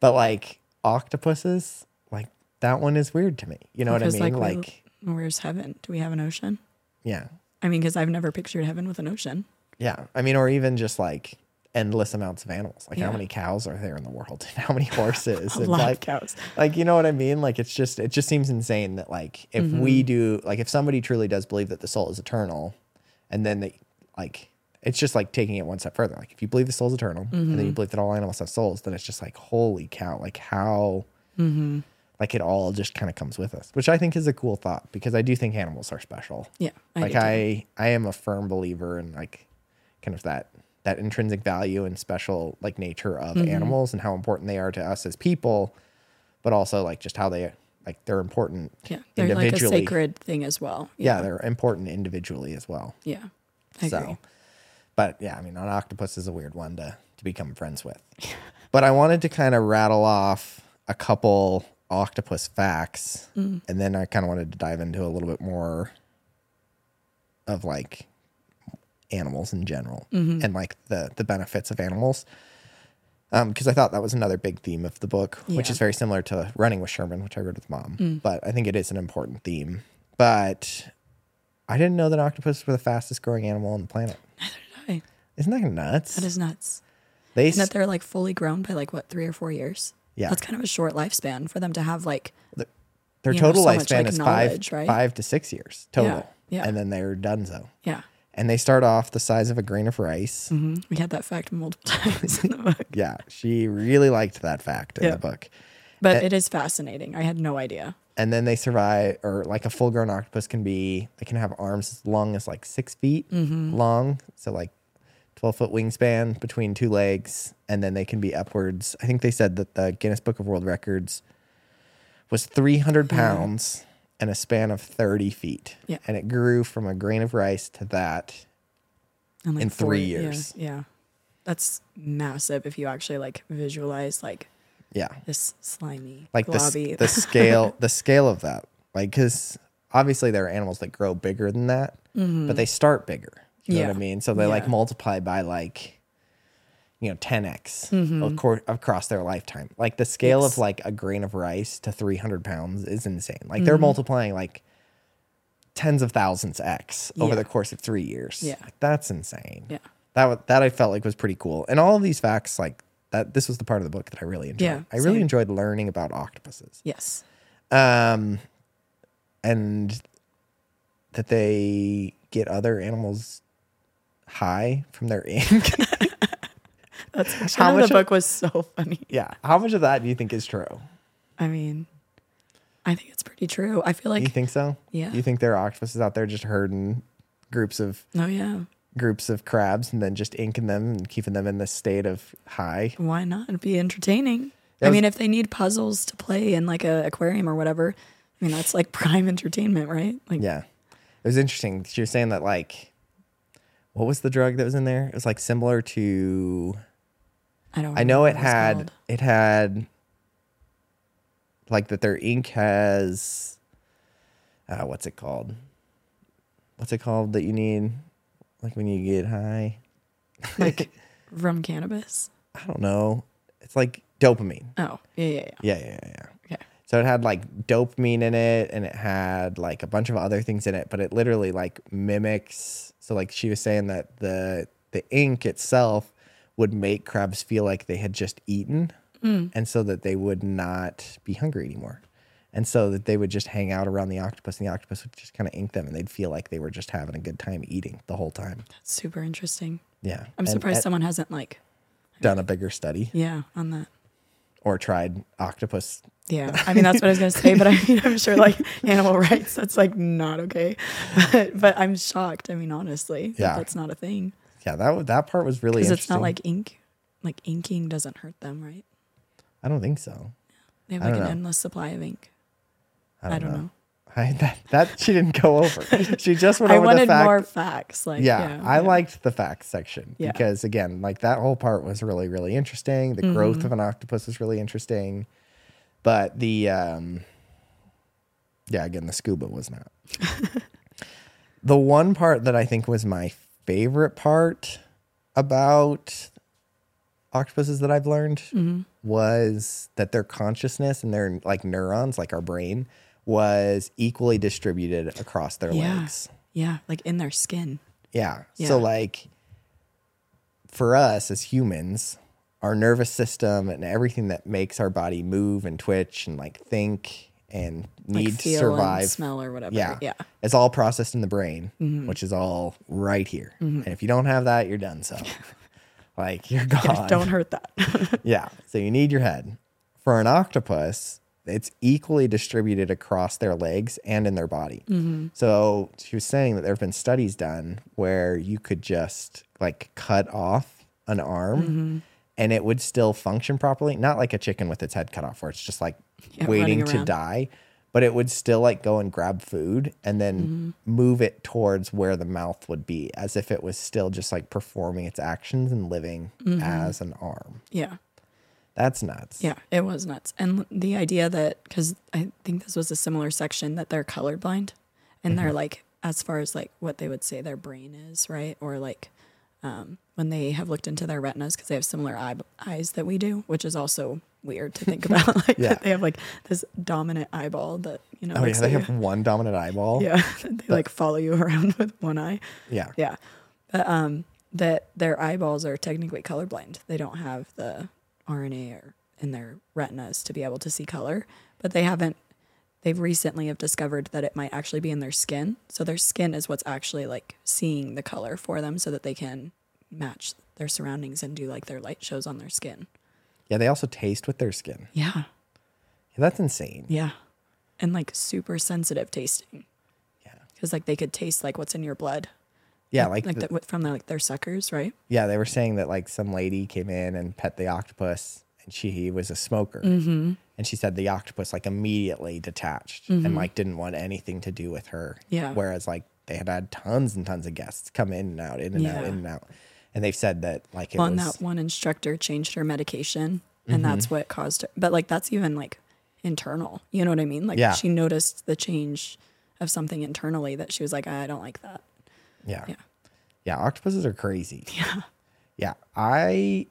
S1: But like octopuses, like that one is weird to me. You know
S2: Because
S1: what I mean?
S2: like,
S1: Like,
S2: we- where's heaven? Do we have an ocean?
S1: yeah,
S2: I mean, because I've never pictured heaven with an ocean.
S1: yeah. I mean, or even just like endless amounts of animals. Like how
S2: Yeah.
S1: many cows are there in the world? And how many horses?
S2: A
S1: and
S2: lot of
S1: like
S2: cows.
S1: like you know what i mean like it's just it just seems insane that like if we do like if somebody truly does believe that the soul is eternal and then they like it's just like taking it one step further like if you believe the soul is eternal and then you believe that all animals have souls then it's just like holy cow like how like it all just kind of comes with us which i think is a cool thought because i do think animals are special
S2: Yeah.
S1: like
S2: do too.
S1: i i am a firm believer in like kind of that that intrinsic value and special like nature of
S2: Mm-hmm.
S1: animals and how important they are to us as people but also like just how they like they're important
S2: yeah. They're like a
S1: individually
S2: sacred thing as well.
S1: yeah they're important individually as well
S2: Yeah. I
S1: so
S2: agree.
S1: but yeah i mean an octopus is a weird one to to become friends with but i wanted to kind of rattle off a couple octopus facts
S2: Mm.
S1: and then i kind of wanted to dive into a little bit more of like animals in general
S2: Mm-hmm.
S1: and like the the benefits of animals because I thought that was another big theme of the book, which
S2: Yeah. Mm.
S1: is very similar to Running with Sherman, which I read with mom. But I think it is an important theme. But I didn't know that octopus were the fastest growing animal on the planet.
S2: Hi.
S1: Isn't that nuts?
S2: That is nuts.
S1: they
S2: And that
S1: s-
S2: they're like fully grown by like what three or four years.
S1: Yeah.
S2: that's kind of a short lifespan for them to have like
S1: their
S2: you know,
S1: total
S2: so much,
S1: lifespan
S2: like,
S1: is five
S2: knowledge, right?
S1: five to six years total,
S2: yeah.
S1: and then they're donezo.
S2: yeah.
S1: And they start off the size of a grain of rice.
S2: hmm We had that fact multiple times in the book,
S1: Yeah, she really liked that fact in
S2: Yeah.
S1: the book.
S2: but it is fascinating. I had no idea.
S1: and then they survive or like a full grown octopus can be they can have arms as long as like six feet long so like 12 foot wingspan between two legs and then they can be upwards i think they said that the guinness book of world records was 300 pounds and a span of 30 feet
S2: Yeah.
S1: and it grew from a grain of rice to that
S2: like,
S1: In three
S2: yeah,
S1: years.
S2: yeah, that's massive. If you actually like visualize like
S1: yeah
S2: this slimy
S1: like the, s-
S2: globby,
S1: the scale the scale of that like because obviously there are animals that grow bigger than that but they start bigger you know what i
S2: Mm-hmm. Yeah.
S1: mean so they like
S2: Yeah.
S1: multiply by like you know 10x of course across their lifetime like the scale of
S2: Mm-hmm. Yes.
S1: like a grain of rice to 300 pounds is insane like they're
S2: Mm-hmm.
S1: multiplying like tens of thousands x over
S2: Yeah.
S1: the course of three years
S2: Yeah.
S1: like, that's insane
S2: yeah,
S1: that wa- that I felt like was pretty cool. And all of these facts, like that, this was the part of the book that I really enjoyed.
S2: Yeah,
S1: I really
S2: same.
S1: enjoyed learning about octopuses,
S2: yes,
S1: um, and that they get other animals high from their ink.
S2: that's actually
S1: How
S2: how
S1: much
S2: the
S1: of-
S2: book was so funny.
S1: yeah, how much of that do you think is true?
S2: I mean, I think it's pretty true. I feel
S1: Do you
S2: like
S1: think so?
S2: Yeah.
S1: You think there are octopuses out there just herding groups of
S2: oh yeah,
S1: groups of crabs and then just inking them and keeping them in this state of high?
S2: why not? It'd be entertaining.
S1: That
S2: I
S1: was-
S2: mean, if they need puzzles to play in like a aquarium or whatever, I mean that's like prime entertainment, right? Like
S1: Yeah. It was interesting. She was saying that like what was the drug that was in there? It was like similar to
S2: I don't.
S1: I know it
S2: remember what was
S1: had
S2: called.
S1: it had like that their ink has uh what's it called? What's it called that you need like when you get high?
S2: like from cannabis.
S1: I don't know. It's like dopamine.
S2: Oh, yeah, yeah, yeah.
S1: Yeah, yeah, yeah, yeah.
S2: Okay.
S1: So it had like dopamine in it and it had like a bunch of other things in it, but it literally like mimics so like she was saying that the the ink itself would make crabs feel like they had just eaten
S2: Mm.
S1: and so that they would not be hungry anymore. And so that they would just hang out around the octopus and the octopus would just kind of ink them and they'd feel like they were just having a good time eating the whole time.
S2: That's super interesting.
S1: Yeah.
S2: I'm
S1: And-
S2: surprised
S1: and
S2: someone hasn't like,
S1: done a bigger study
S2: yeah, on that.
S1: or tried octopus
S2: Yeah, I mean that's what I was gonna say, but I mean I'm sure like animal rights, that's like not okay. But, but I'm shocked. I mean honestly, that
S1: Yeah.
S2: that's not a thing
S1: Yeah, that wa- that part was really
S2: because
S1: interesting.
S2: it's not like ink. Like inking doesn't hurt them, right?
S1: I don't think so.
S2: They
S1: I
S2: have like an
S1: don't know.
S2: endless supply of ink.
S1: I don't, know.
S2: know.
S1: I, that that she didn't go over. She just went
S2: I
S1: over the
S2: wanted
S1: fact.
S2: more facts. Like
S1: yeah, I
S2: yeah.
S1: liked the facts section
S2: Yeah.
S1: because again, like that whole part was really really interesting. The
S2: Mm-hmm.
S1: growth of an octopus was really interesting, but the um, yeah, again, the scuba was not. the one part that I think was my favorite part about octopuses that I've learned
S2: Mm-hmm.
S1: was that their consciousness and their like neurons, like our brain, was equally distributed across their
S2: Yeah.
S1: legs.
S2: yeah, like in their skin.
S1: Yeah.
S2: Yeah.
S1: So like for us as humans, our nervous system and everything that makes our body move and twitch and like think and
S2: Like
S1: need to
S2: feel
S1: survive
S2: and smell or whatever.
S1: yeah.
S2: Yeah. Mm-hmm.
S1: It's all processed in the brain, which is all right here. And if you don't have that, you're done. So, like, you're gone.
S2: Yeah, don't hurt that.
S1: Yeah. So, you need your head. For an octopus, it's equally distributed across their legs and in their body.
S2: Mm-hmm.
S1: So, she was saying that there have been studies done where you could just like cut off an arm.
S2: Mm-hmm.
S1: And it would still function properly, not like a chicken with its head cut off, where it's just like
S2: Yeah,
S1: waiting
S2: running
S1: to
S2: around.
S1: die, but it would still like go and grab food and then
S2: Mm-hmm.
S1: move it towards where the mouth would be as if it was still just like performing its actions and living
S2: Mm-hmm.
S1: as an arm.
S2: yeah.
S1: That's nuts.
S2: Yeah, it was nuts. And the idea that because I think this was a similar section that they're colorblind, and
S1: Mm-hmm.
S2: they're like as far as like what they would say their brain is, right? Or like um, when they have looked into their retinas because they have similar eye, eyes that we do, which is also weird to think about. like
S1: Yeah.
S2: that they have like this dominant eyeball that you know.
S1: Oh, yeah.
S2: looks
S1: They
S2: at
S1: have one dominant eyeball.
S2: you. yeah, they like follow you around with one eye.
S1: Yeah.
S2: Yeah. But um that their eyeballs are technically colorblind. They don't have the RNA or in their retinas to be able to see color, but they haven't they've recently have discovered that it might actually be in their skin. So their skin is what's actually like seeing the color for them so that they can match their surroundings and do like their light shows on their skin.
S1: Yeah, They also taste with their skin.
S2: Yeah.
S1: That's insane.
S2: Yeah. And like super sensitive tasting. Yeah. Cuz like they could taste like what's in your blood.
S1: Yeah. Like,
S2: Like
S1: the-
S2: that from their like their suckers, right?
S1: yeah, they were saying that like some lady came in and pet the octopus and she was a smoker.
S2: Mm-hmm.
S1: And she said the octopus like immediately detached and like didn't want anything to do with her.
S2: Mm-hmm. Yeah.
S1: Whereas like they had had tons and tons of guests come in and out, in and out,
S2: Yeah.
S1: in and out. And they've said that like it
S2: well, and
S1: was Mm-hmm.
S2: that one instructor changed her medication, and that's what caused her. But like, that's even like internal. You know what I mean? Like,
S1: Yeah.
S2: she noticed the change of something internally that she was like, I don't like that.
S1: yeah.
S2: Yeah.
S1: yeah. octopuses are crazy. Yeah. Yeah. I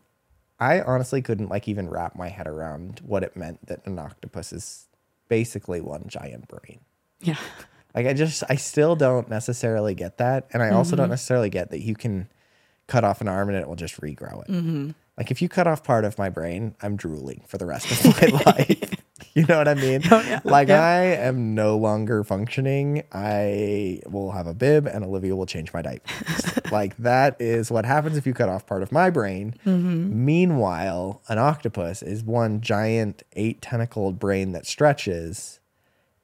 S1: I honestly couldn't like even wrap my head around what it meant that an octopus is basically one giant brain.
S2: Yeah,
S1: Like I just I still don't necessarily get that, and I also
S2: Mm-hmm.
S1: don't necessarily get that you can cut off an arm and it will just regrow it.
S2: Mm-hmm.
S1: Like if you cut off part of my brain, I'm drooling for the rest of my life. You know what I mean? Like
S2: Oh, Yeah.
S1: I am no longer functioning. I will have a bib, and Olivia will change my diapers. like that is what happens if you cut off part of my brain.
S2: Mm-hmm.
S1: Meanwhile, an octopus is one giant eight tentacled brain that stretches,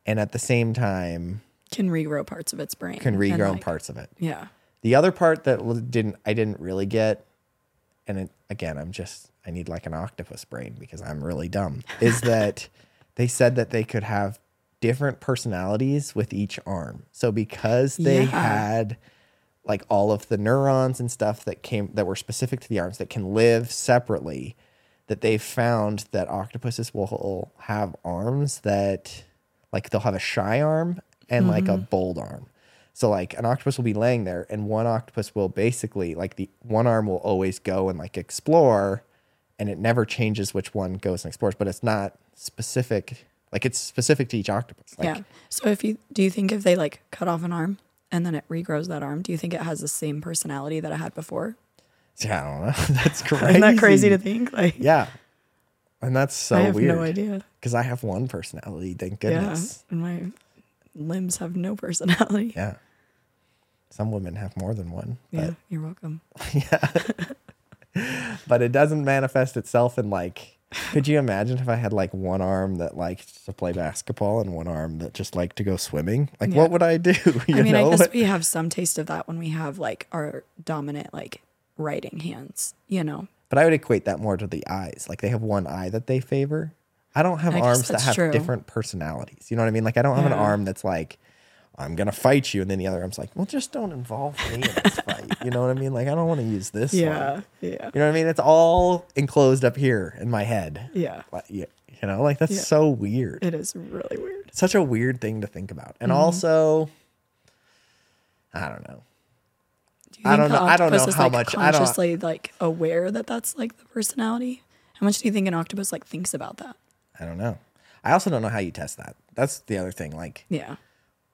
S1: and at the same time
S2: can regrow parts of its brain.
S1: can
S2: and,
S1: regrow
S2: like-
S1: parts of it.
S2: Yeah,
S1: The other part that l- didn't I didn't really get, and it, again I'm just I need like an octopus brain because I'm really dumb. Is that they said that they could have different personalities with each arm. So because they
S2: Yeah.
S1: had like all of the neurons and stuff that came that were specific to the arms that can live separately, that they found that octopuses will have arms that like they'll have a shy arm and like
S2: Mm-hmm.
S1: a bold arm. So like an octopus will be laying there and one octopus will basically like the one arm will always go and like explore and it never changes which one goes and explores, but it's not specific. Like it's specific to each octopus. Like,
S2: yeah. So if you do you think if they like cut off an arm and then it regrows that arm, do you think it has the same personality that it had before?
S1: yeah. I don't know. That's crazy.
S2: Isn't that crazy to think? Like
S1: Yeah. And that's so
S2: I have
S1: weird.
S2: no idea.
S1: Because I have one personality, thank goodness.
S2: Yeah. And my limbs have no personality.
S1: Yeah. Some women have more than one. But,
S2: yeah you're welcome.
S1: but it doesn't manifest itself in like could you imagine if I had like one arm that liked to play basketball and one arm that just liked to go swimming? Like
S2: Yeah.
S1: what would I do? You
S2: I mean,
S1: know?
S2: I guess we have some taste of that when we have like our dominant like writing hands, you know.
S1: But I would equate that more to the eyes. Like they have one eye that they favor. I don't have
S2: I guess
S1: arms that
S2: that's
S1: have
S2: true.
S1: different personalities. You know what I mean? Like I don't have an
S2: Yeah.
S1: arm that's like, I'm gonna fight you, and then the other arm's like, well, just don't involve me in this fight. You know what I mean? Like I don't want to use this. one.
S2: Yeah.
S1: You know what I mean? It's all enclosed up here in my head.
S2: Yeah.
S1: Like, you you know, like that's
S2: Yeah.
S1: so weird.
S2: It is really weird.
S1: such a weird thing to think about.
S2: Mm-hmm.
S1: And also, I don't know.
S2: Do
S1: I don't
S2: the
S1: know- I don't know
S2: octopus is,
S1: how
S2: like,
S1: much- I don't-
S2: consciously like aware that that's like the personality. How much do you think an octopus like thinks about that?
S1: I don't know. I also don't know how you test that. That's the other thing. Like,
S2: Yeah.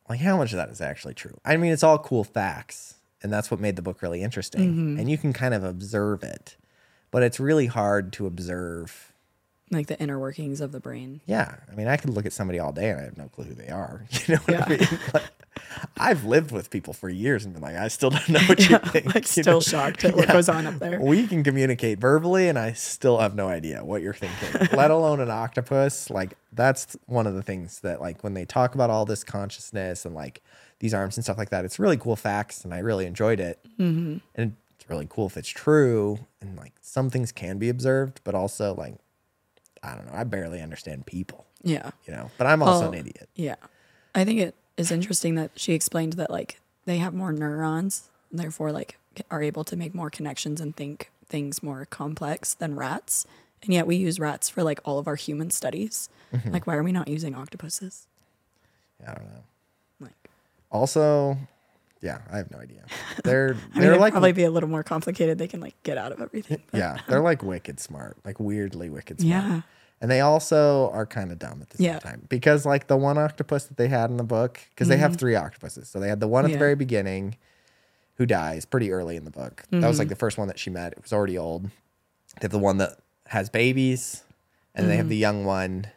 S1: like how much of that is actually true? I mean, it's all cool facts, and that's what made the book really interesting.
S2: Mm-hmm.
S1: And you can kind of observe it, but it's really hard to observe.
S2: Like the inner workings of the brain.
S1: Yeah, I mean, I could look at somebody all day and I have no clue who they are. You know what I
S2: Yeah.
S1: mean? Like, I've lived with people for years and been like, I still don't know what you think.
S2: like
S1: you
S2: still
S1: know?
S2: shocked at what goes on up there.
S1: We can communicate verbally, and I still have no idea what you're thinking, let alone an octopus. Like, that's one of the things that, like, when they talk about all this consciousness and like these arms and stuff like that, it's really cool facts, and I really enjoyed it.
S2: Mm-hmm.
S1: And it's really cool if it's true, and like some things can be observed, but also, like, I don't know, I barely understand people,
S2: Yeah.
S1: you know, but I'm also an
S2: Well,
S1: idiot.
S2: Yeah. I think it is interesting that she explained that like they have more neurons, and therefore like c- are able to make more connections and think things more complex than rats. And yet we use rats for like all of our human studies.
S1: Mm-hmm.
S2: Like why are we not using octopuses?
S1: I don't know.
S2: Like
S1: Also, yeah, I have no idea. They're
S2: I mean,
S1: they're
S2: it'd
S1: like
S2: probably be a little more complicated. They can like get out of everything. but-
S1: Yeah, they're like wicked smart, like weirdly wicked smart.
S2: Yeah.
S1: And they also are kind of dumb at the same
S2: Yeah.
S1: time because, like, the one octopus that they had in the book, because they have three octopuses. So they had the one at the
S2: Mm-hmm. Yeah.
S1: very beginning who dies pretty early in the book. That was like
S2: Mm-hmm.
S1: the first one that she met. It was already old. They have the one that has babies, and
S2: Mm-hmm.
S1: they have the young one.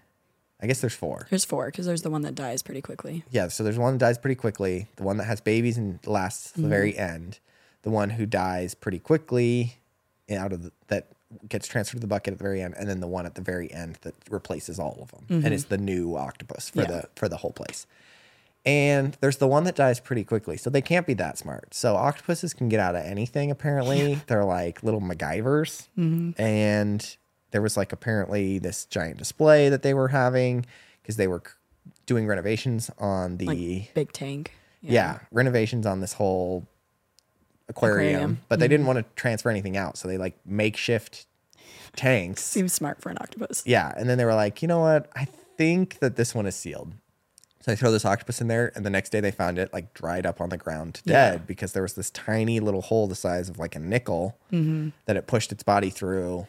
S1: I guess there's four.
S2: There's four because there's the one that dies pretty quickly.
S1: Yeah, so there's one that dies pretty quickly, the one that has babies and lasts to the very end, the one who dies pretty quickly and out of the, that gets transferred to the bucket at the very end, and then the one at the very end that replaces all of them and is the new octopus for
S2: Yeah.
S1: the for the whole place. And there's the one that dies pretty quickly, so they can't be that smart. So octopuses can get out of anything. Apparently, they're like little MacGyvers, and there was like apparently this giant display that they were having because they were c- doing renovations on the
S2: Big tank.
S1: yeah, renovations on this whole aquarium,
S2: Aquarium.
S1: but they didn't want to transfer anything out, so they like makeshift tanks.
S2: Seems smart for an octopus.
S1: Yeah, and then they were like, you know what? I think that this one is sealed. So they throw this octopus in there, and the next day they found it like dried up on the ground, dead, because there was this tiny little hole the size of like a nickel
S2: Mm-hmm.
S1: that it pushed its body through,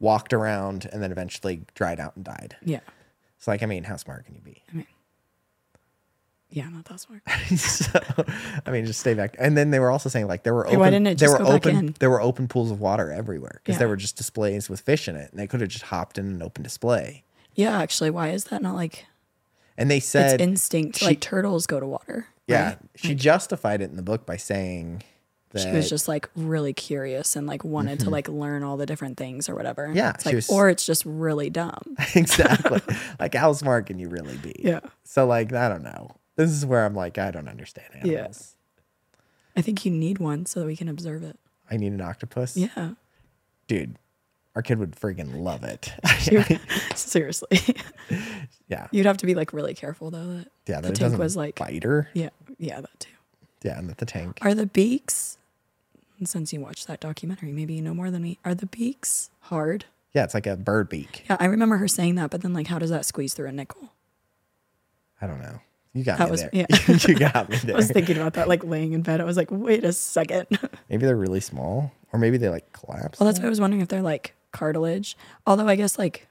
S1: walked around, and then eventually dried out and died.
S2: Yeah.
S1: It's like, I mean, how smart can you be?
S2: Yeah, not that smart.
S1: so, I mean, just stay back. And then they were also saying like there were
S2: Hey,
S1: open,
S2: why didn't it
S1: there
S2: just
S1: were
S2: go back
S1: open,
S2: in?
S1: there were open pools of water everywhere because there
S2: Yeah.
S1: were just displays with fish in it, and they could have just hopped in an open display.
S2: Yeah, actually, why is that not like
S1: And they said,
S2: it's instinct?
S1: she-
S2: like turtles go to water.
S1: yeah, she justified it in the book by saying that Mm-hmm.
S2: she was just like really curious and like wanted to like learn all the different things or whatever.
S1: Yeah,
S2: It's
S1: she
S2: like,
S1: was-
S2: or it's just really dumb.
S1: exactly like how smart can you really be?
S2: Yeah.
S1: So like I don't know. This is where I'm like I don't understand animals.
S2: Yeah. I think you need one so that we can observe it.
S1: I need an octopus.
S2: Yeah,
S1: Dude, our kid would freaking love it.
S2: seriously,
S1: yeah.
S2: you'd have to be like really careful though. That
S1: Yeah.
S2: the
S1: That it
S2: tank
S1: doesn't
S2: was like
S1: bite her.
S2: yeah, yeah, that too.
S1: Yeah, and that the tank.
S2: Are the beaks? and Since you watched that documentary, maybe you know more than me. Are the beaks hard?
S1: Yeah, it's like a bird beak.
S2: Yeah, I remember her saying that, but then like, how does that squeeze through a nickel?
S1: I don't know. You got
S2: That
S1: me
S2: was-
S1: there.
S2: yeah.
S1: you got me there.
S2: I was thinking about that, like laying in bed. I was like, wait a second.
S1: maybe they're really small, or maybe they like collapse.
S2: Well, that's why I was wondering if they're like cartilage. Although I guess like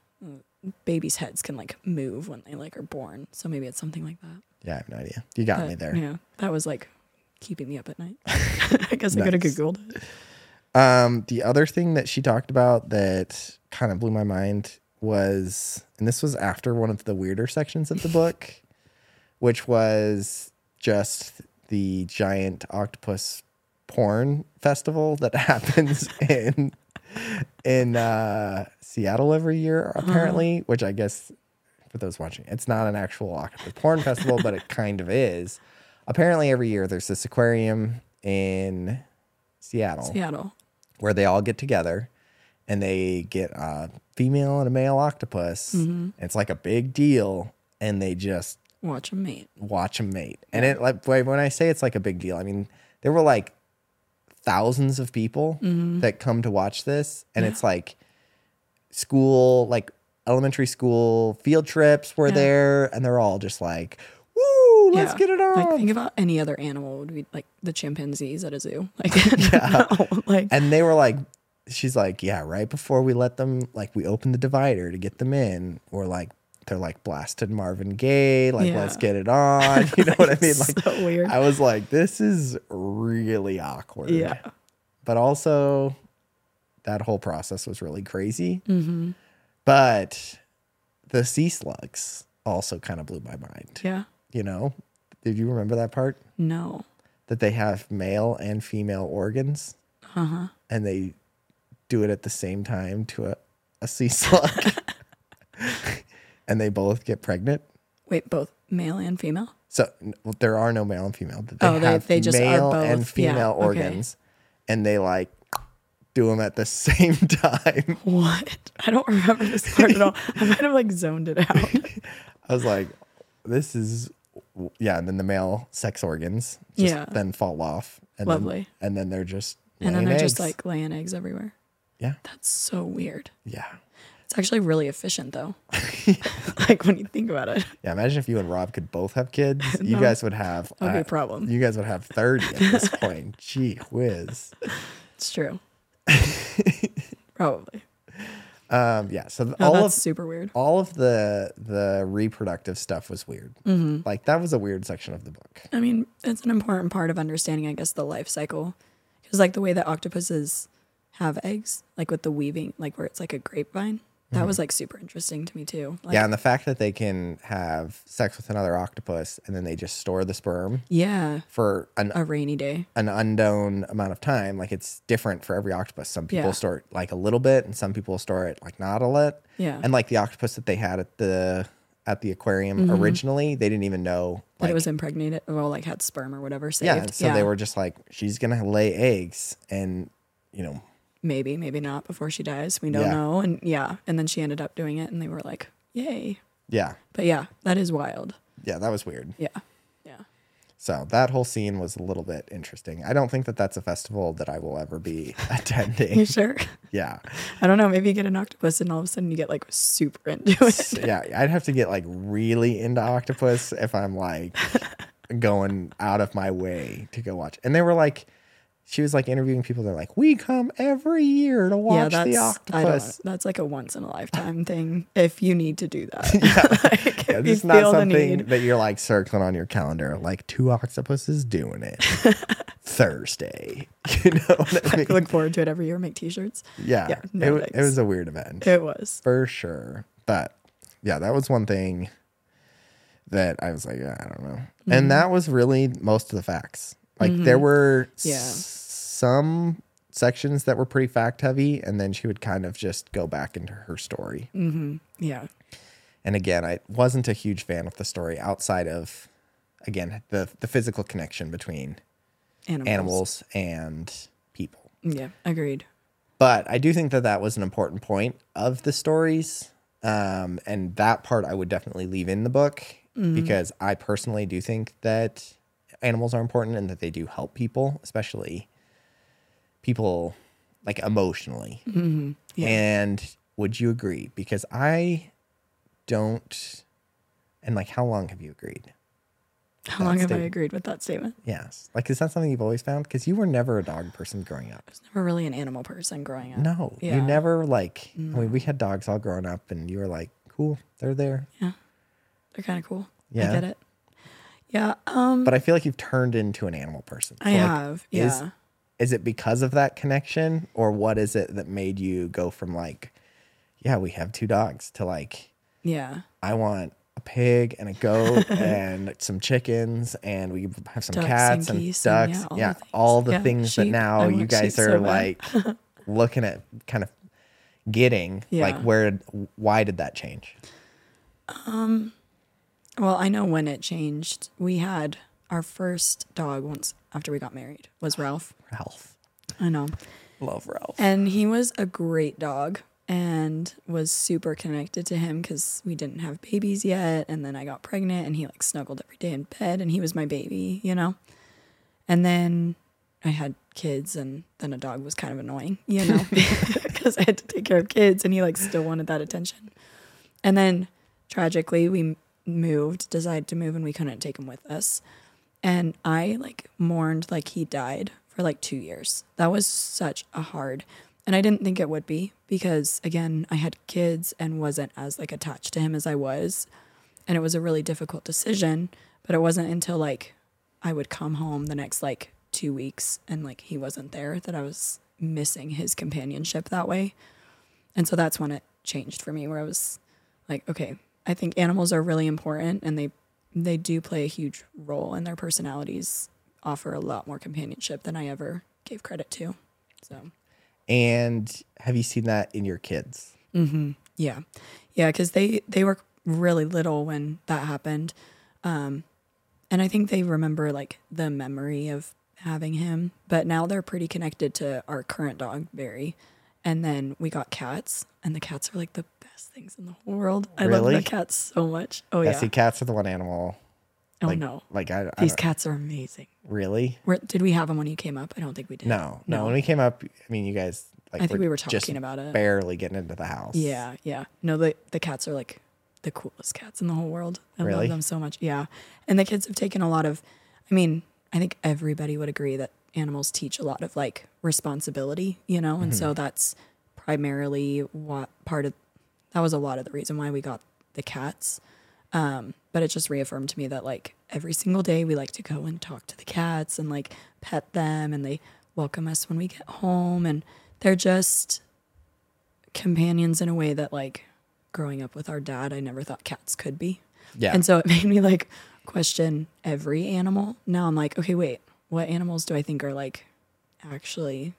S2: babies' heads can like move when they like are born, so maybe it's something like that.
S1: Yeah, I have no idea. You got me
S2: But,
S1: there.
S2: Yeah, that was like keeping me up at night. I guess I could have
S1: Nice.
S2: googled it.
S1: Um, the other thing that she talked about that kind of blew my mind was, and this was after one of the weirder sections of the book, which was just the giant octopus porn festival that happens in in uh, Seattle every year, apparently. Which I guess for those watching, it's not an actual octopus porn festival, but it kind of is. Apparently, every year there's this aquarium in Seattle
S2: Seattle.
S1: where they all get together and they get a female and a male octopus.
S2: Mm-hmm.
S1: And it's like a big deal, and they just
S2: Watch a mate.
S1: watch them mate. And it like when when I say it's like a big deal, I mean there were like thousands of people
S2: Mm-hmm.
S1: that come to watch this, and it's like school, like elementary school field trips were
S2: Yeah.
S1: there, and they're all just like, "Woo, let's
S2: Yeah.
S1: get it on!"
S2: Like think about any other animal would be like the chimpanzees at a zoo. Like no, like
S1: and they were like she's like yeah right before we let them like we opened the divider to get them in or like they're like blasted marvin gaye like
S2: Yeah.
S1: let's get it on you know what i mean
S2: it's
S1: like
S2: so weird.
S1: i was like this is really awkward
S2: yeah.
S1: but also that whole process was really crazy
S2: Mm-hmm.
S1: but the sea slugs also kind of blew my mind
S2: Yeah.
S1: you know did you remember that part
S2: No.
S1: that they have male and female organs
S2: Uh-huh.
S1: and they do it at the same time to a, a sea slug and they both get pregnant
S2: Wait, both male and female?
S1: so n- well, there are no male and female they
S2: Oh, they-
S1: have
S2: they just are
S1: male and
S2: both. Yeah,
S1: female
S2: okay.
S1: organs and they like do them at the same time
S2: What? I don't remember this part at all. I might have like zoned it out.
S1: i was like this is yeah and then the male sex organs just
S2: Yeah.
S1: then fall off and
S2: Lovely.
S1: then, and then they're just
S2: And then
S1: laying
S2: they're just
S1: eggs.
S2: like laying eggs everywhere.
S1: yeah
S2: That's so weird.
S1: yeah
S2: It's actually really efficient though. like when you think about it.
S1: Yeah, imagine if you and Rob could both have kids. You
S2: No.
S1: guys would have
S2: That would be a problem.
S1: Uh, You guys would have thirty at this point. Gee whiz.
S2: It's true. Probably.
S1: Um, yeah. So
S2: No,
S1: all
S2: that's
S1: of
S2: super weird.
S1: all of the the reproductive stuff was weird.
S2: Mm-hmm.
S1: Like that was a weird section of the book.
S2: I mean, it's an important part of understanding, I guess, the life cycle. Because, like, the way that octopuses have eggs, like with the weaving, like where it's like a grapevine, that was like super interesting to me, too. Like,
S1: Mm-hmm. yeah, and the fact that they can have sex with another octopus and then they just store the sperm
S2: yeah,
S1: for an
S2: A rainy day.
S1: an unknown amount of time. Like it's different for every octopus. Some people
S2: Yeah.
S1: store it like a little bit, and some people store it like not a lot.
S2: Yeah.
S1: And like the octopus that they had at the at the aquarium originally, they didn't even know
S2: Mm-hmm. That
S1: like
S2: it was impregnated, well, like had sperm or whatever saved.
S1: yeah. and So they were just like, she's gonna lay eggs, and you know,
S2: maybe, maybe not before she dies. We don't
S1: Yeah.
S2: know. And yeah. And then she ended up doing it, and they were like, yay.
S1: yeah,
S2: But yeah, that is wild.
S1: yeah, that was weird.
S2: Yeah. Yeah.
S1: So that whole scene was a little bit interesting. I don't think that that's a festival that I will ever be attending.
S2: You sure?
S1: yeah.
S2: I don't know. Maybe you get an octopus, and all of a sudden you get like super into it.
S1: yeah, I'd have to get like really into octopus if I'm like going out of my way to go watch. And they were like, she was like interviewing people. They're like, we come every year to watch the
S2: I don't-
S1: octopus.
S2: that's like a once in a lifetime thing. If you need to do that, Like,
S1: Yeah,
S2: if
S1: this is
S2: you
S1: not
S2: feel the
S1: something
S2: need.
S1: that you're like circling on your calendar. Like two octopuses doing it Thursday. You know what I
S2: I
S1: mean?
S2: look forward to it every year. Make T-shirts.
S1: yeah,
S2: yeah,
S1: it
S2: no
S1: wa- it,
S2: thanks.
S1: was a weird event.
S2: It was
S1: for sure. But yeah, that was one thing that I was like, I don't know. And that was really most of the facts. Like there were
S2: Yeah.
S1: s- some sections that were pretty fact heavy, and then she would kind of just go back into her story.
S2: yeah,
S1: And again, I wasn't a huge fan of the story outside of again the the physical connection between
S2: animals.
S1: animals and people.
S2: Yeah, agreed.
S1: But I do think that that was an important point of the stories. Um, and that part I would definitely leave in the book because I personally do think that animals are important and that they do help people, especially people like emotionally.
S2: Yeah.
S1: And would you agree? Because I don't. And like, how long have you agreed?
S2: How long have I
S1: statement.
S2: agreed with that statement?
S1: Yes. Like, is that something you've always found? Because you were never a dog person growing up.
S2: I was never really an animal person growing up.
S1: No, you
S2: Yeah. Mm-hmm.
S1: never like. I mean, we had dogs all growing up, and you were like, "Cool, they're there."
S2: They're kind of cool.
S1: Yeah.
S2: I get it. Yeah. Um,
S1: But I feel like you've turned into an animal person. So,
S2: I
S1: like,
S2: have. Yeah.
S1: is- Is it because of that connection, or what is it that made you go from like, "Yeah, we have two dogs," to like,
S2: yeah.
S1: "I want a pig and a goat and some chickens, and we have some
S2: Ducks and
S1: cats and,
S2: geese and, yeah,
S1: ducks."
S2: all the
S1: yeah,
S2: things.
S1: all the
S2: Yeah,
S1: things that
S2: sheep. I
S1: now you
S2: want
S1: guys
S2: sheep
S1: are
S2: so
S1: like
S2: bad.
S1: looking at, kind of getting. Like,
S2: Yeah.
S1: where? Why did that change?
S2: Well, I know when it changed. We had our first dog once after we got married was Ralph.
S1: Ralph.
S2: I know.
S1: Love Ralph.
S2: And he was a great dog and was super connected to him because we didn't have babies yet. And then I got pregnant and he like snuggled every day in bed and he was my baby, you know? And then I had kids and then a dog was kind of annoying, you know, because I had to take care of kids and he like still wanted that attention. And then tragically, we m- moved, decided to move, and we couldn't take him with us. And I like mourned like he died for like two years. That was such a hard, and I didn't think it would be because again, I had kids and wasn't as like attached to him as I was. And it was a really difficult decision, but it wasn't until like I would come home the next like two weeks and like he wasn't there that I was missing his companionship that way. And so that's when it changed for me where I was like, okay, I think animals are really important and they they do play a huge role and their personalities offer a lot more companionship than I ever gave credit to. So
S1: And have you seen that in your kids?
S2: Yeah, yeah, because they they were really little when that happened, um, and I think they remember like the memory of having him. But now they're pretty connected to our current dog Barry, and then we got cats, and the cats are like the best things in the whole world. I love
S1: Really?
S2: the cats so much. Oh
S1: I
S2: yeah.
S1: see cats are the one animal.
S2: oh
S1: Like,
S2: no,
S1: Like I, I
S2: these
S1: don't,
S2: cats are amazing.
S1: really
S2: Where, did we have them when you came up? I don't think we did.
S1: no, no When we came up, I mean, you guys. Like,
S2: I think we were
S1: just
S2: talking about it.
S1: Barely getting into the house.
S2: Yeah, yeah. No, the the cats are like the coolest cats in the whole world. I
S1: Really?
S2: love them so much. Yeah. And the kids have taken a lot of I mean, I think everybody would agree that animals teach a lot of like responsibility, you know? And so that's primarily what part of that was a lot of the reason why we got the cats. Um, but it just reaffirmed to me that like every single day we like to go and talk to the cats and like pet them and they welcome us when we get home and they're just companions in a way that like growing up with our dad I never thought cats could be.
S1: Yeah.
S2: And so it made me like question every animal. Now I'm like, okay, wait, what animals do I think are like actually,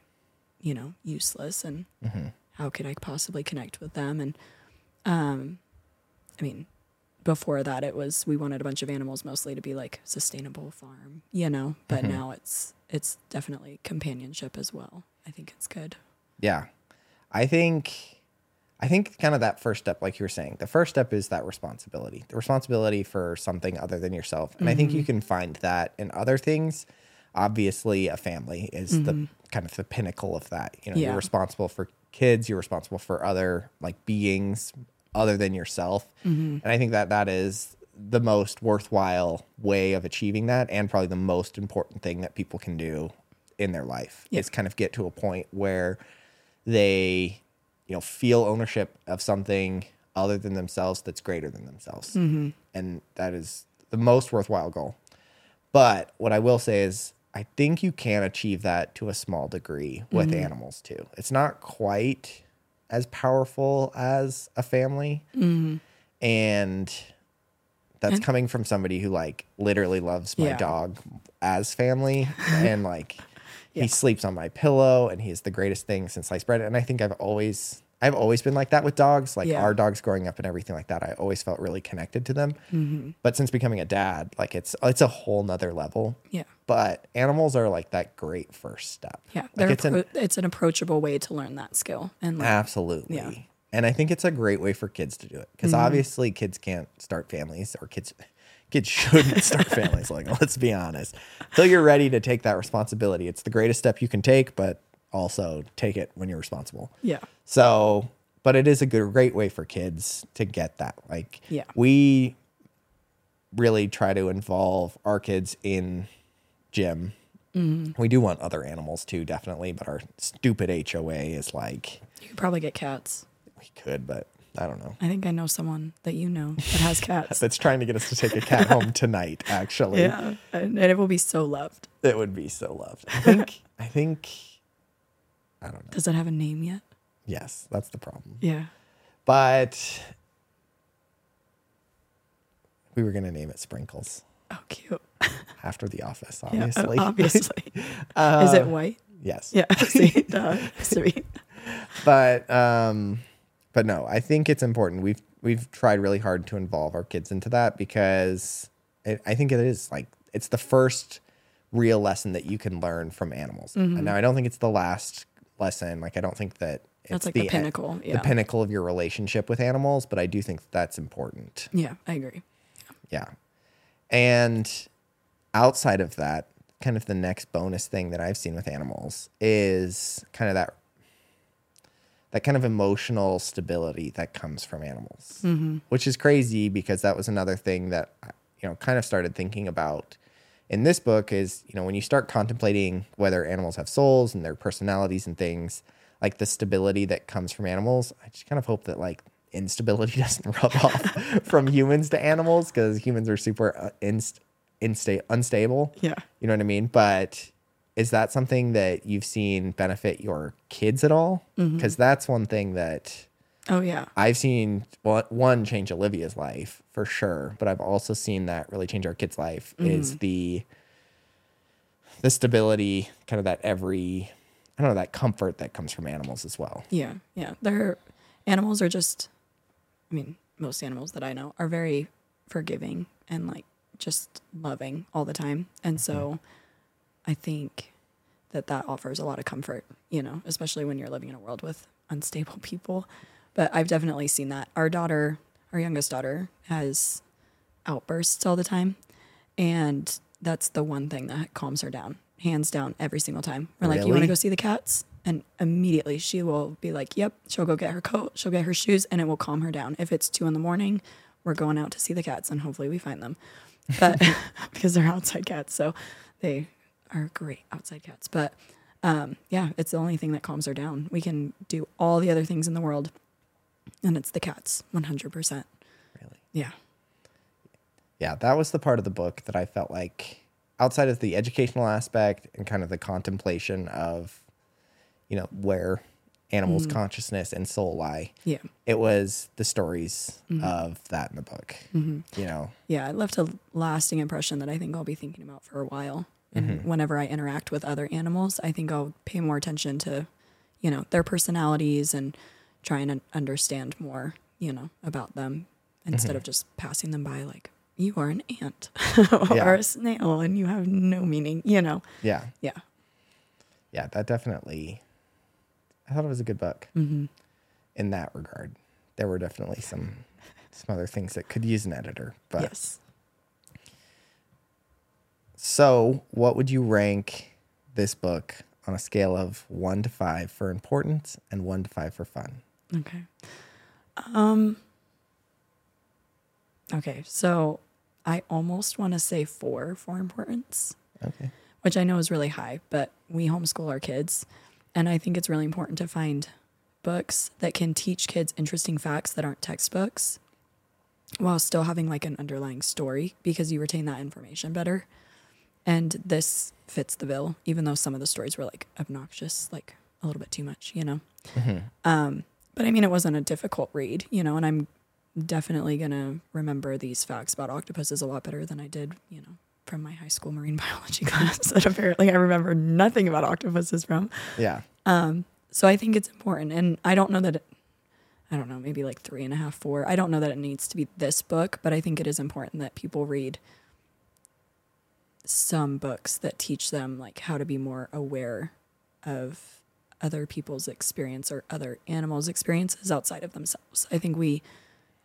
S2: you know, useless and
S1: Mm-hmm.
S2: how could I possibly connect with them? And um I mean, before that it was we wanted a bunch of animals mostly to be like sustainable farm, you know, but
S1: Mm-hmm.
S2: now it's it's definitely companionship as well. I think it's good.
S1: Yeah. I think I think kind of that first step, like you were saying, the first step is that responsibility. The responsibility for something other than yourself. And I think
S2: Mm-hmm.
S1: you can find that in other things. Obviously, a family is the kind of the pinnacle of that. You know,
S2: Mm-hmm. Yeah.
S1: you're responsible for kids, you're responsible for other like beings other than yourself. And I think that that is the most worthwhile way of achieving that and probably the most important thing that people can do in their life is kind of get to a point where they you know feel ownership of something other than themselves that's greater than themselves and that is the most worthwhile goal but what i will say is i think you can achieve that to a small degree with
S2: Mm-hmm.
S1: animals too it's not quite as powerful as a family
S2: Mm-hmm.
S1: and that's coming from somebody who like literally loves my
S2: Yeah.
S1: dog as family and like he sleeps on my pillow and he is the greatest thing since sliced bread and i think i've always i've always been like that with dogs like
S2: Yeah.
S1: our dogs growing up and everything like that i always felt really connected to them
S2: Mm-hmm.
S1: but since becoming a dad like it's it's a whole nother level
S2: Yeah.
S1: but animals are like that great first step
S2: Yeah,
S1: like
S2: they're
S1: it's an Ah.
S2: appro- it's an approachable way to learn that skill, and like,
S1: Absolutely.
S2: Yeah. Mm-hmm.
S1: And I think it's a great way for kids to do it because obviously kids can't start families or kids kids shouldn't start families. Like let's be honest, till you're ready to take that responsibility, it's the greatest step you can take, but also take it when you're responsible.
S2: yeah,
S1: So, but it is a good, great way for kids to get that. Like,
S2: Yeah.
S1: we really try to involve our kids in gym. We do want other animals too, definitely, but our stupid HOA is like
S2: You could probably get cats.
S1: we could, but I don't know.
S2: I think I know someone that you know that has cats.
S1: That's trying to get us to take a cat home tonight. Actually,
S2: yeah, and and it will be so loved.
S1: it would be so loved. I think. I think. I don't know.
S2: Does it have a name yet?
S1: Yes, that's the problem.
S2: Yeah.
S1: But we were gonna name it Sprinkles
S2: Oh, cute.
S1: after The Office,
S2: Yeah, uh,
S1: obviously. Uh,
S2: obviously. Is it white?
S1: yes.
S2: Yeah. See, duh. Sweet.
S1: But um, but no, I think it's important. We've we've tried really hard to involve our kids into that because it, I think it is like it's the first real lesson that you can learn from animals.
S2: Mm-hmm.
S1: And now I don't think it's the last lesson. Like I don't think that it's
S2: That's like the,
S1: en-
S2: pinnacle.
S1: the
S2: Yeah.
S1: pinnacle of your relationship with animals, but I do think that's important.
S2: yeah, I agree.
S1: Yeah. And outside of that, kind of the next bonus thing that I've seen with animals is kind of that that kind of emotional stability that comes from animals, which is crazy because that was another thing that I, you know kind of started thinking about in this book is you know when you start contemplating whether animals have souls and their personalities and things like the stability that comes from animals i just kind of hope that like instability doesn't rub off from humans to animals because humans are super uh, inst- insta- unstable
S2: Yeah.
S1: you know what I mean? But is that something that you've seen benefit your kids at all? Because that's one thing that
S2: Oh, yeah.
S1: I've seen well, one change Olivia's life for sure, but I've also seen that really change our kids' life is the the stability, kind of that every I don't know, that comfort that comes from animals as well.
S2: Yeah. Yeah. They're animals are just, I mean, most animals that I know are very forgiving and like just loving all the time. And so I think that that offers a lot of comfort, you know, especially when you're living in a world with unstable people. But I've definitely seen that. Our daughter, our youngest daughter, has outbursts all the time. And that's the one thing that calms her down, hands down, every single time. We're like, you want
S1: Really?
S2: to go see the cats? And immediately she will be like, yep, she'll go get her coat, she'll get her shoes, and it will calm her down. If it's two in the morning, we're going out to see the cats and hopefully we find them. But because they're outside cats, so they are great outside cats. But um, yeah, it's the only thing that calms her down. We can do all the other things in the world, and it's the cats, 100%.
S1: Really.
S2: Yeah.
S1: yeah, that was the part of the book that I felt like outside of the educational aspect and kind of the contemplation of, you know, where animals' consciousness and soul lie,
S2: Yeah.
S1: it was the stories of that in the book. You know,
S2: yeah, it left a lasting impression that I think I'll be thinking about for a while. And
S1: Mm-hmm.
S2: whenever I interact with other animals, I think I'll pay more attention to, you know, their personalities and try and un- understand more, you know, about them
S1: Mm-hmm.
S2: instead of just passing them by like you are an ant
S1: Yeah.
S2: or a snail and you have no meaning, you know.
S1: yeah,
S2: Yeah.
S1: yeah, that definitely. I thought it was a good book in that regard. There were definitely some some other things that could use an editor, but
S2: yes.
S1: So, what would you rank this book on a scale of one to five for importance and one to five for fun?
S2: Okay. Um Okay, so I almost want to say 4 for importance.
S1: Okay.
S2: which I know is really high, but we homeschool our kids. And I think it's really important to find books that can teach kids interesting facts that aren't textbooks while still having like an underlying story because you retain that information better. And this fits the bill, even though some of the stories were like obnoxious, like a little bit too much, you know?
S1: Mm-hmm.
S2: Um, but I mean, it wasn't a difficult read, you know, and I'm definitely going to remember these facts about octopuses a lot better than I did, you know, from my high school marine biology class that apparently I remember nothing about octopuses from.
S1: Yeah.
S2: So I think it's important. And I don't know that, it, I don't know, maybe like three and a half, four. I don't know that it needs to be this book, but I think it is important that people read some books that teach them like how to be more aware of other people's experience or other animals' experiences outside of themselves. I think we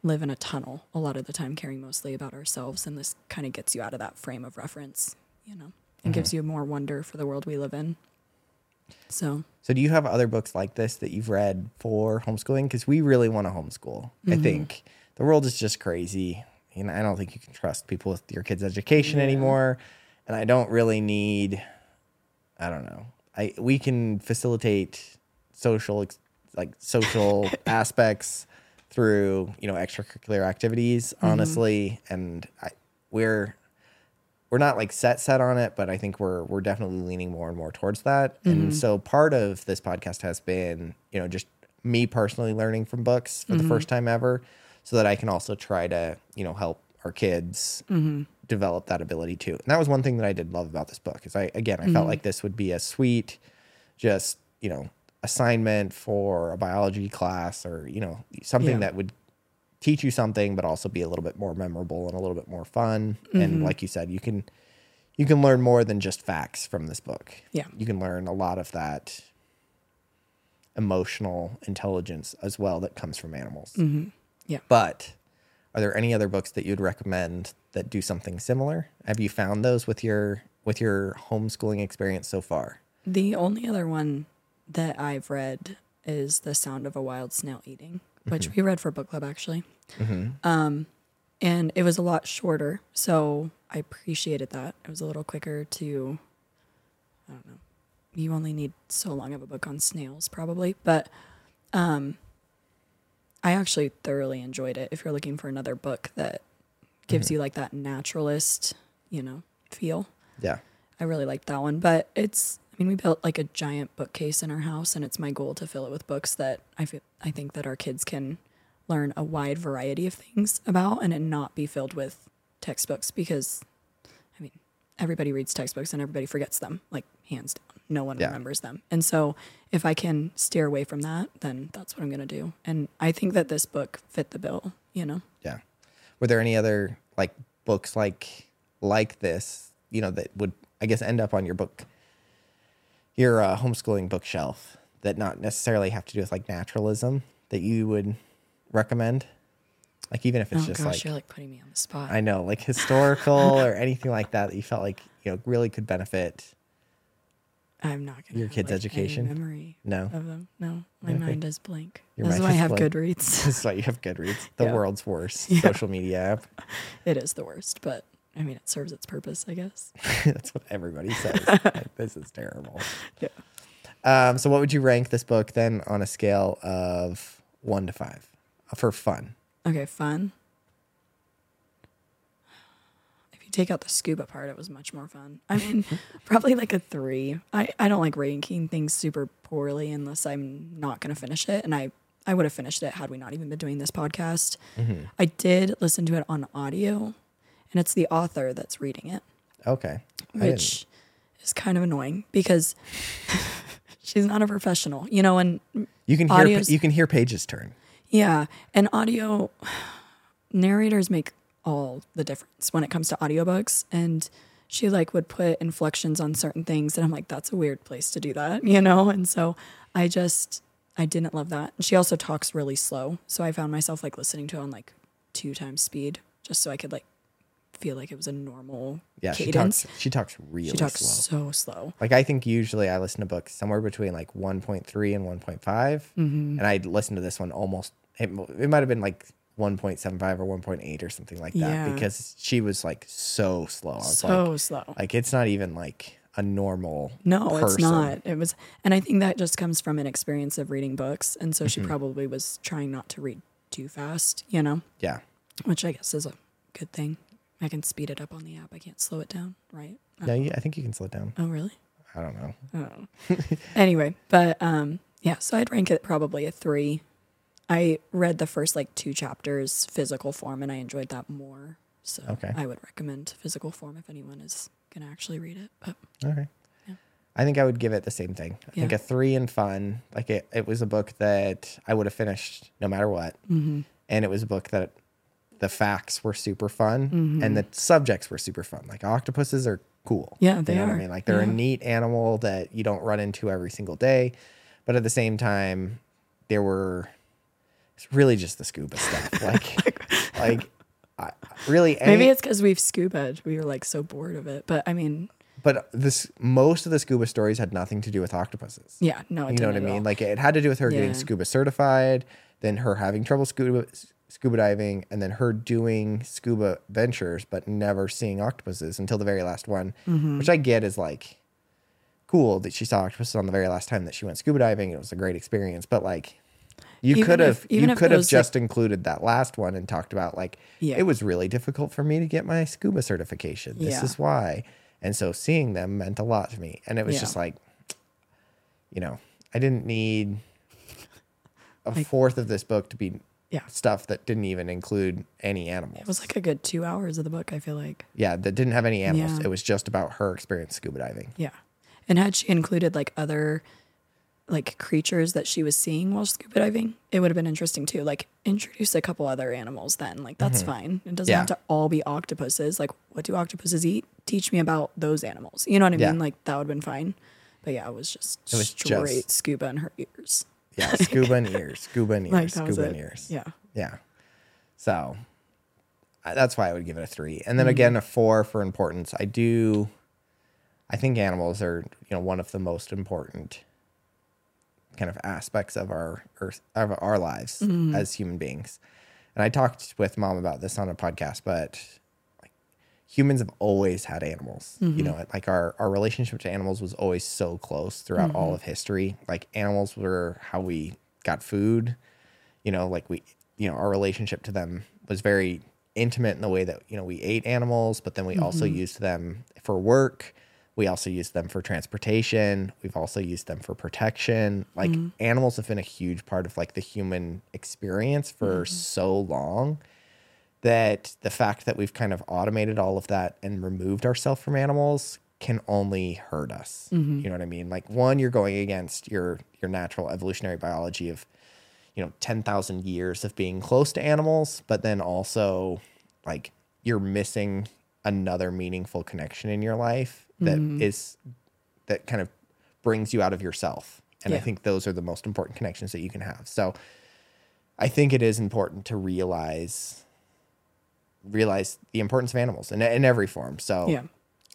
S2: live in a tunnel a lot of the time, caring mostly about ourselves. And this kind of gets you out of that frame of reference, you know, and gives you more wonder for the world we live in. So.
S1: So, do you have other books like this that you've read for homeschooling? Because we really want to homeschool. I think the world is just crazy. you know, I don't think you can trust people with your kids' education anymore. And I don't really need, I don't know. I we can facilitate social ex- like social aspects through you know extracurricular activities, honestly. And I, we're we're not like set set on it, but I think we're we're definitely leaning more and more towards that. And so part of this podcast has been, you know, just me personally learning from books for the first time ever, so that I can also try to, you know, help our kids develop that ability too. And that was one thing that I did love about this book is I again I felt like this would be a sweet, just you know, assignment for a biology class or you know something
S2: Yeah.
S1: that would teach you something but also be a little bit more memorable and a little bit more fun and
S2: Mm-hmm.
S1: like you said you can you can learn more than just facts from this book
S2: Yeah.
S1: you can learn a lot of that emotional intelligence as well that comes from animals
S2: Mm-hmm. Yeah.
S1: but are there any other books that you'd recommend that do something similar have you found those with your with your homeschooling experience so far
S2: The only other one that I've read is The Sound of a Wild Snail Eating, which we read for book club actually. Um, and it was a lot shorter, so I appreciated that. It was a little quicker to, I don't know, you only need so long of a book on snails probably, but um, I actually thoroughly enjoyed it. If you're looking for another book that gives you like that naturalist, you know, feel.
S1: yeah
S2: I really liked that one. But it's, I mean, we built like a giant bookcase in our house, and it's my goal to fill it with books that I feel, I think that our kids can learn a wide variety of things about, and it not be filled with textbooks because, I mean, everybody reads textbooks and everybody forgets them, like hands down. No one
S1: Yeah.
S2: remembers them. And so, if I can steer away from that, then that's what I'm going to do. And I think that this book fit the bill. You know,
S1: Yeah. Were there any other like books like like this, you know, that would I guess end up on your book your uh, homeschooling bookshelf that not necessarily have to do with like naturalism that you would recommend? Like even if it's
S2: oh
S1: just
S2: gosh,
S1: like
S2: you're like putting me on the spot.
S1: I know, like historical or anything like that that you felt like, you know, really could benefit.
S2: I'm not gonna
S1: Your
S2: have,
S1: kids'
S2: like, any
S1: education?
S2: memory
S1: No.
S2: of them. No, my
S1: Okay.
S2: mind is blank.
S1: Your
S2: That's
S1: mind
S2: why I
S1: is
S2: have
S1: blank.
S2: Goodreads.
S1: That's why you have Goodreads, the
S2: Yeah.
S1: world's worst social media app.
S2: it is the worst, but I mean, it serves its purpose, I guess.
S1: That's what everybody says. Like, this is terrible.
S2: Yeah.
S1: Um, so, what would you rank this book then on a scale of one to five for fun?
S2: Okay, fun. If you take out the scuba part, it was much more fun. I mean, probably like a three. I, I don't like ranking things super poorly unless I'm not going to finish it. And I, I would have finished it had we not even been doing this podcast.
S1: Mm-hmm.
S2: I did listen to it on audio, and it's the author that's reading it.
S1: Okay. I didn't-
S2: which is kind of annoying because she's not a professional, you know, and
S1: you can hear
S2: audio's-
S1: you can hear pages turn.
S2: yeah, and audio narrators make all the difference when it comes to audiobooks and she like would put inflections on certain things and I'm like that's a weird place to do that, you know? And so I just I didn't love that. And she also talks really slow, so I found myself like listening to it on like two times speed just so I could like feel like it was a normal
S1: Yeah,
S2: cadence.
S1: she talks. She talks really
S2: she talks
S1: slow.
S2: so slow.
S1: Like I think usually I listen to books somewhere between like 1.3 and one5
S2: Mm-hmm.
S1: and I listened to this one almost. It, mo- it might have been like 1.75 or 1.8 or something like that
S2: Yeah.
S1: because she was like so slow. I was like,
S2: so slow.
S1: Like it's not even like a normal.
S2: no, it's
S1: person.
S2: not. It was, and I think that just comes from an experience of reading books, and so she
S1: Mm-hmm.
S2: probably was trying not to read too fast, you know,
S1: Yeah.
S2: which I guess is a good thing. I can speed it up on the app. I can't slow it down, right?
S1: No, you, I think you can slow it down.
S2: Oh, really?
S1: I don't know.
S2: Oh. anyway, but um, yeah. So I'd rank it probably a three. I read the first like two chapters physical form, and I enjoyed that more. So
S1: Okay.
S2: I would recommend physical form if anyone is gonna actually read it. But
S1: Okay.
S2: Yeah.
S1: I think I would give it the same thing. I think
S2: Yeah.
S1: a three and fun. Like it, it was a book that I would have finished no matter what.
S2: Mm-hmm.
S1: And it was a book that the facts were super fun
S2: Mm-hmm.
S1: and the subjects were super fun. Like octopuses are cool.
S2: Yeah,
S1: You
S2: they
S1: know what I
S2: are.
S1: mean, like they're a
S2: Yeah.
S1: neat animal that you don't run into every single day. But at the same time, there were it's really just the scuba stuff. Like, like I, really, any,
S2: Maybe it's because we've scuba. We were like so bored of it. But I mean,
S1: but this most of the scuba stories had nothing to do with octopuses.
S2: yeah, no, it
S1: You know what I
S2: didn't at
S1: mean?
S2: all.
S1: Like it had to do with her
S2: Yeah.
S1: getting scuba certified, then her having trouble scuba scuba diving and then her doing scuba ventures but never seeing octopuses until the very last one,
S2: Mm-hmm.
S1: which I get is like cool that she saw octopuses on the very last time that she went scuba diving. It was a great experience, but like you
S2: Even
S1: could have
S2: if- even
S1: you
S2: if
S1: could have
S2: those, like-
S1: just included that last one and talked about like
S2: Yeah.
S1: it was really difficult for me to get my scuba certification. This
S2: Yeah.
S1: is why. And so seeing them meant a lot to me. And it was
S2: Yeah.
S1: just like you know, I didn't need a fourth of this book to be
S2: Yeah.
S1: stuff that didn't even include any animals.
S2: It was like a good two hours of the book, I feel like.
S1: yeah, that didn't have any animals.
S2: Yeah.
S1: It was just about her experience scuba diving.
S2: Yeah. And had she included like other like creatures that she was seeing while scuba diving, it would have been interesting too. Like introduce a couple other animals then. Like that's fine. It doesn't have
S1: Mm-hmm. Yeah.
S2: to all be octopuses. Like what do octopuses eat? Teach me about those animals. You know what I
S1: Yeah.
S2: mean? Like that would have been fine. But yeah, it was just
S1: was
S2: straight
S1: just-
S2: scuba in her ears.
S1: Yeah, scuba and ears, scuba and ears,
S2: Like that was
S1: scuba
S2: it.
S1: and ears.
S2: Yeah.
S1: Yeah. So I- that's why I would give it a three. And then again, a four for importance. I do, I think animals are, you know, one of the most important kind of aspects of our earth, of our lives as human beings. And I talked with mom about this on a podcast, but like, humans have always had animals. You know, like our, our relationship to animals was always so close throughout all of history. Like animals were how we got food you know, like we, you know, our relationship to them was very intimate in the way that, you know, we ate animals, but then we also used them for work. We also used them for transportation. We've also used them for protection. Like animals have been a huge part of like the human experience for so long that the fact that we've kind of automated all of that and removed ourselves from animals can only hurt us. You know what I mean? Like one, you're going against your your natural evolutionary biology of, you know, ten thousand years of being close to animals, but then also like you're missing another meaningful connection in your life that is that kind of brings you out of yourself. And I
S2: Yeah.
S1: think those are the most important connections that you can have. So I think it is important to realize realize the importance of animals in, in every form. So,
S2: Yeah.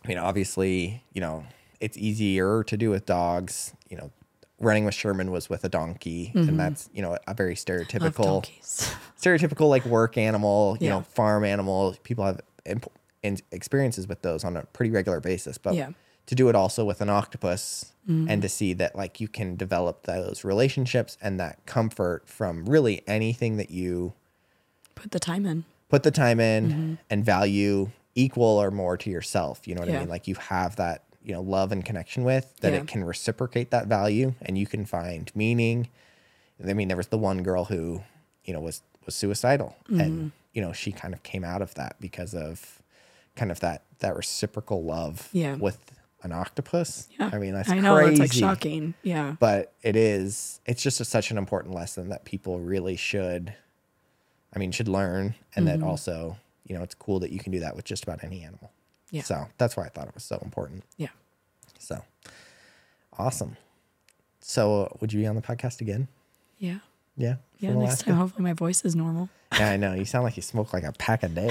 S1: I mean, obviously, you know, it's easier to do with dogs. You know, running with Sherman was with a donkey, and that's you know a very
S2: Mm-hmm. Love
S1: stereotypical,
S2: donkeys.
S1: stereotypical like work animal. You know,
S2: Yeah.
S1: farm animal. People have imp- and experiences with those on a pretty regular basis, but
S2: Yeah. Mm-hmm.
S1: to do it also with an octopus and to see that like you can develop those relationships and that comfort from really anything that you
S2: Put the time in.
S1: put the time in
S2: Mm-hmm.
S1: and value equal or more to yourself. You know what I
S2: Yeah.
S1: mean? Like you have that, you know, love and connection with that
S2: Yeah.
S1: it can reciprocate that value and you can find meaning. I mean, there was the one girl who, you know, was was suicidal
S2: Mm-hmm.
S1: and you know, she kind of came out of that because of kind of that that reciprocal love
S2: Yeah.
S1: with an octopus.
S2: Yeah.
S1: I mean, that's
S2: I know
S1: crazy
S2: it's like shocking. Yeah.
S1: but it is it's just a, such an important lesson that people really should i mean should learn and that
S2: Mm-hmm.
S1: also you know it's cool that you can do that with just about any animal
S2: Yeah.
S1: so that's why i thought it was so important
S2: Yeah.
S1: so awesome so uh, would you be on the podcast again
S2: Yeah.
S1: yeah
S2: Yeah.
S1: from
S2: Next
S1: Alaska?
S2: time hopefully my voice is normal.
S1: yeah i know you sound like you smoke like a pack a day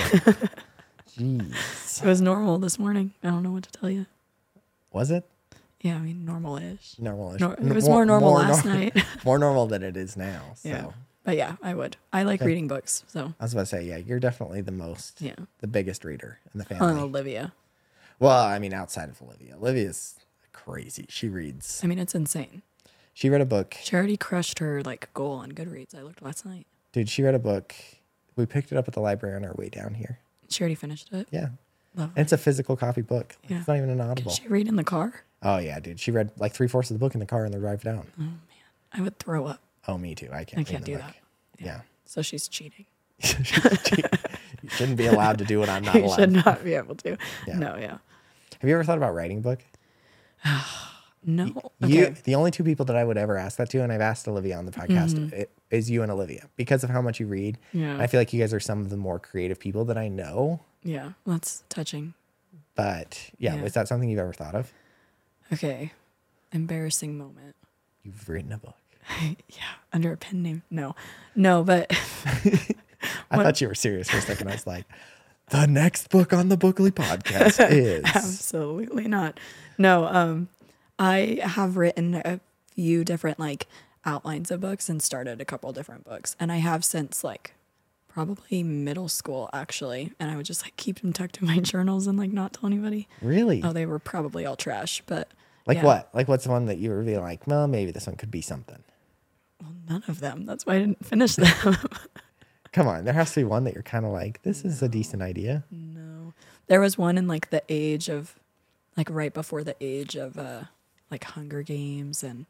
S1: jeez
S2: It was normal this morning. I don't know what to tell you.
S1: was it
S2: Yeah, I mean normal-ish.
S1: normal
S2: Nor- it was more normal last night.
S1: more normal than it is now so
S2: Yeah. But yeah, I would. I like reading books, so
S1: i was about to say yeah you're definitely the most
S2: Yeah.
S1: the biggest reader in the
S2: on
S1: family
S2: Olivia.
S1: Well, I mean, outside of Olivia, Olivia's crazy. She reads.
S2: I mean, it's insane.
S1: She read a book,
S2: She already crushed her like goal on Goodreads. I looked last night.
S1: dude. She read a book. We picked it up at the library on our way down here.
S2: She already finished it.
S1: Yeah,
S2: Love
S1: and it's a physical copy book. Like,
S2: Yeah.
S1: It's not even an audible.
S2: Did she read in the car?
S1: Oh yeah, dude. She read like three fourths of the book in the car on the drive down.
S2: I would throw up.
S1: Oh, me too. I can't. read
S2: Mm-hmm. can't
S1: the
S2: do
S1: book.
S2: that.
S1: Yeah.
S2: So she's cheating.
S1: you shouldn't be allowed to do what I'm not
S2: You
S1: allowed.
S2: should not be able to.
S1: Yeah.
S2: No, yeah.
S1: Have you ever thought about writing a book?
S2: No.
S1: You, the only two people that I would ever ask that to, and I've asked Olivia on the podcast, i- is you and Olivia because of how much you read.
S2: Mm-hmm. Yeah.
S1: I feel like you guys are some of the more creative people that I know.
S2: yeah. That's touching.
S1: But yeah,
S2: Yeah.
S1: is that something you've ever thought of?
S2: Okay. Embarrassing moment.
S1: You've written a book.
S2: yeah. Under a pen name. No. No, but
S1: I thought you were serious for a second. I was like, the next book on the Bookly podcast is.
S2: Absolutely not. No, um, I have written a few different like outlines of books and started a couple different books, and I have since like probably middle school actually, and I would just like keep them tucked in my journals and like not tell anybody.
S1: Really?
S2: Oh, they were probably all trash, but
S1: like
S2: yeah.
S1: what? Like what's the one that you were being like, well, maybe this one could be something.
S2: None of them. That's why I didn't finish them.
S1: Come on, there has to be one that you're kind of like, this is a decent idea.
S2: Mm. no, there was one in like the age of, like right before the age of uh, like Hunger Games and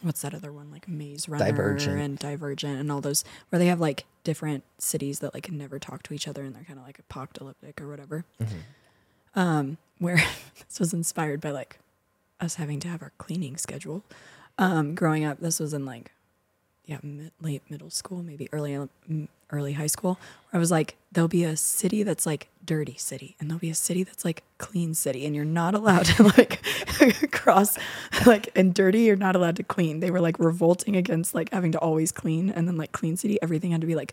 S2: what's that other one like Maze Runner
S1: Divergent.
S2: and Divergent and all those where they have like different cities that like never talk to each other and they're kind of like apocalyptic or whatever. Um, where this was inspired by like us having to have our cleaning schedule. Um, growing up, this was in like yeah, mid, late middle school, maybe early mm, early high school. Where I was like, there'll be a city that's like dirty city, and there'll be a city that's like clean city, and you're not allowed to like cross like and dirty. You're not allowed to clean. They were like revolting against like having to always clean, and then like clean city, everything had to be like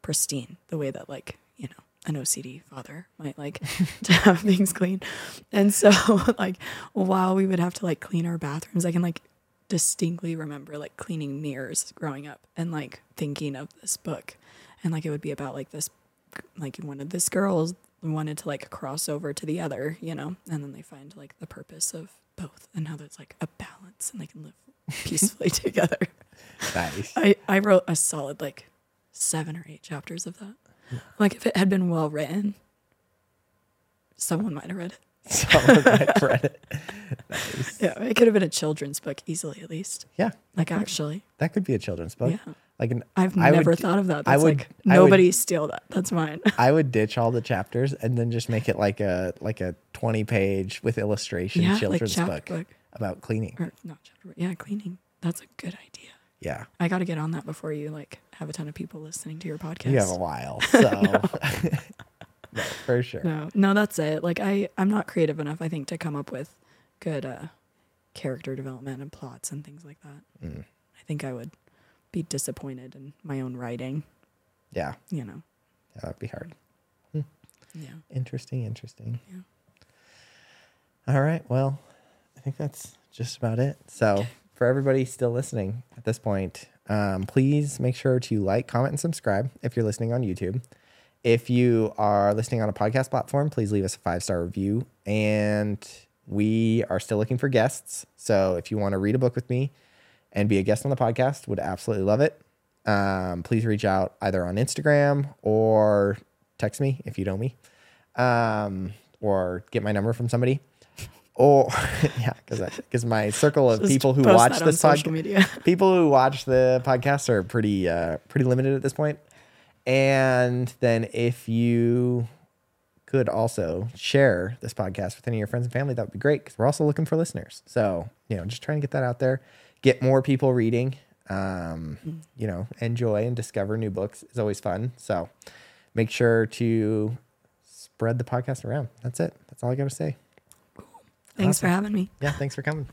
S2: pristine, the way that like you know an OCD father might like to have things clean. And so like while we would have to like clean our bathrooms, I can like distinctly remember like cleaning mirrors growing up and like thinking of this book and like it would be about like this like one of this girl's wanted to like cross over to the other you know and then they find like the purpose of both and how there's like a balance and they can live peacefully together
S1: Nice.
S2: I, I wrote a solid like seven or eight chapters of that like if it had been well written someone might have read it
S1: so I read it.
S2: yeah it could have been a children's book easily at least
S1: Yeah,
S2: like actually
S1: that could be a children's book.
S2: Yeah.
S1: Like an,
S2: I've
S1: I would
S2: never
S1: d-
S2: thought of that.
S1: I
S2: That's
S1: would-
S2: like
S1: I would-
S2: nobody steal that. That's mine.
S1: I would ditch all the chapters and then just make it like a like a twenty page with illustration
S2: Yeah, like
S1: children's
S2: chapter
S1: book,
S2: book.
S1: about cleaning.
S2: or not chapter, but yeah, cleaning. That's a good idea.
S1: Yeah,
S2: I got to get on that before you like have a ton of people listening to your podcast.
S1: you have a while, so No, for sure.
S2: no, no, that's it. Like I, I'm not creative enough, I think, to come up with good uh, character development and plots and things like that.
S1: Mm-hmm.
S2: I think I would be disappointed in my own writing.
S1: Yeah,
S2: You know.
S1: yeah, that'd be hard.
S2: Yeah.
S1: Interesting, interesting.
S2: Yeah.
S1: All right. Well, I think that's just about it. So, for everybody still listening at this point, um, please make sure to like, comment, and subscribe if you're listening on YouTube. If you are listening on a podcast platform, please leave us a five star review. And we are still looking for guests. So, if you want to read a book with me and be a guest on the podcast, would absolutely love it. Um, please reach out either on Instagram or text me if you know me um, or get my number from somebody. Or yeah, because because my circle of
S2: Just
S1: people who
S2: post
S1: watch
S2: that
S1: this
S2: on social
S1: podcast,
S2: media.
S1: people who watch the podcast are pretty uh, pretty limited at this point. And then if you could also share this podcast with any of your friends and family, that would be great because we're also looking for listeners. So you know, just trying to get that out there, get more people reading. Um, you know, enjoy and discover new books is always fun. So make sure to spread the podcast around. That's it. That's all I got to say.
S2: Thanks for having me.
S1: Yeah, thanks for coming.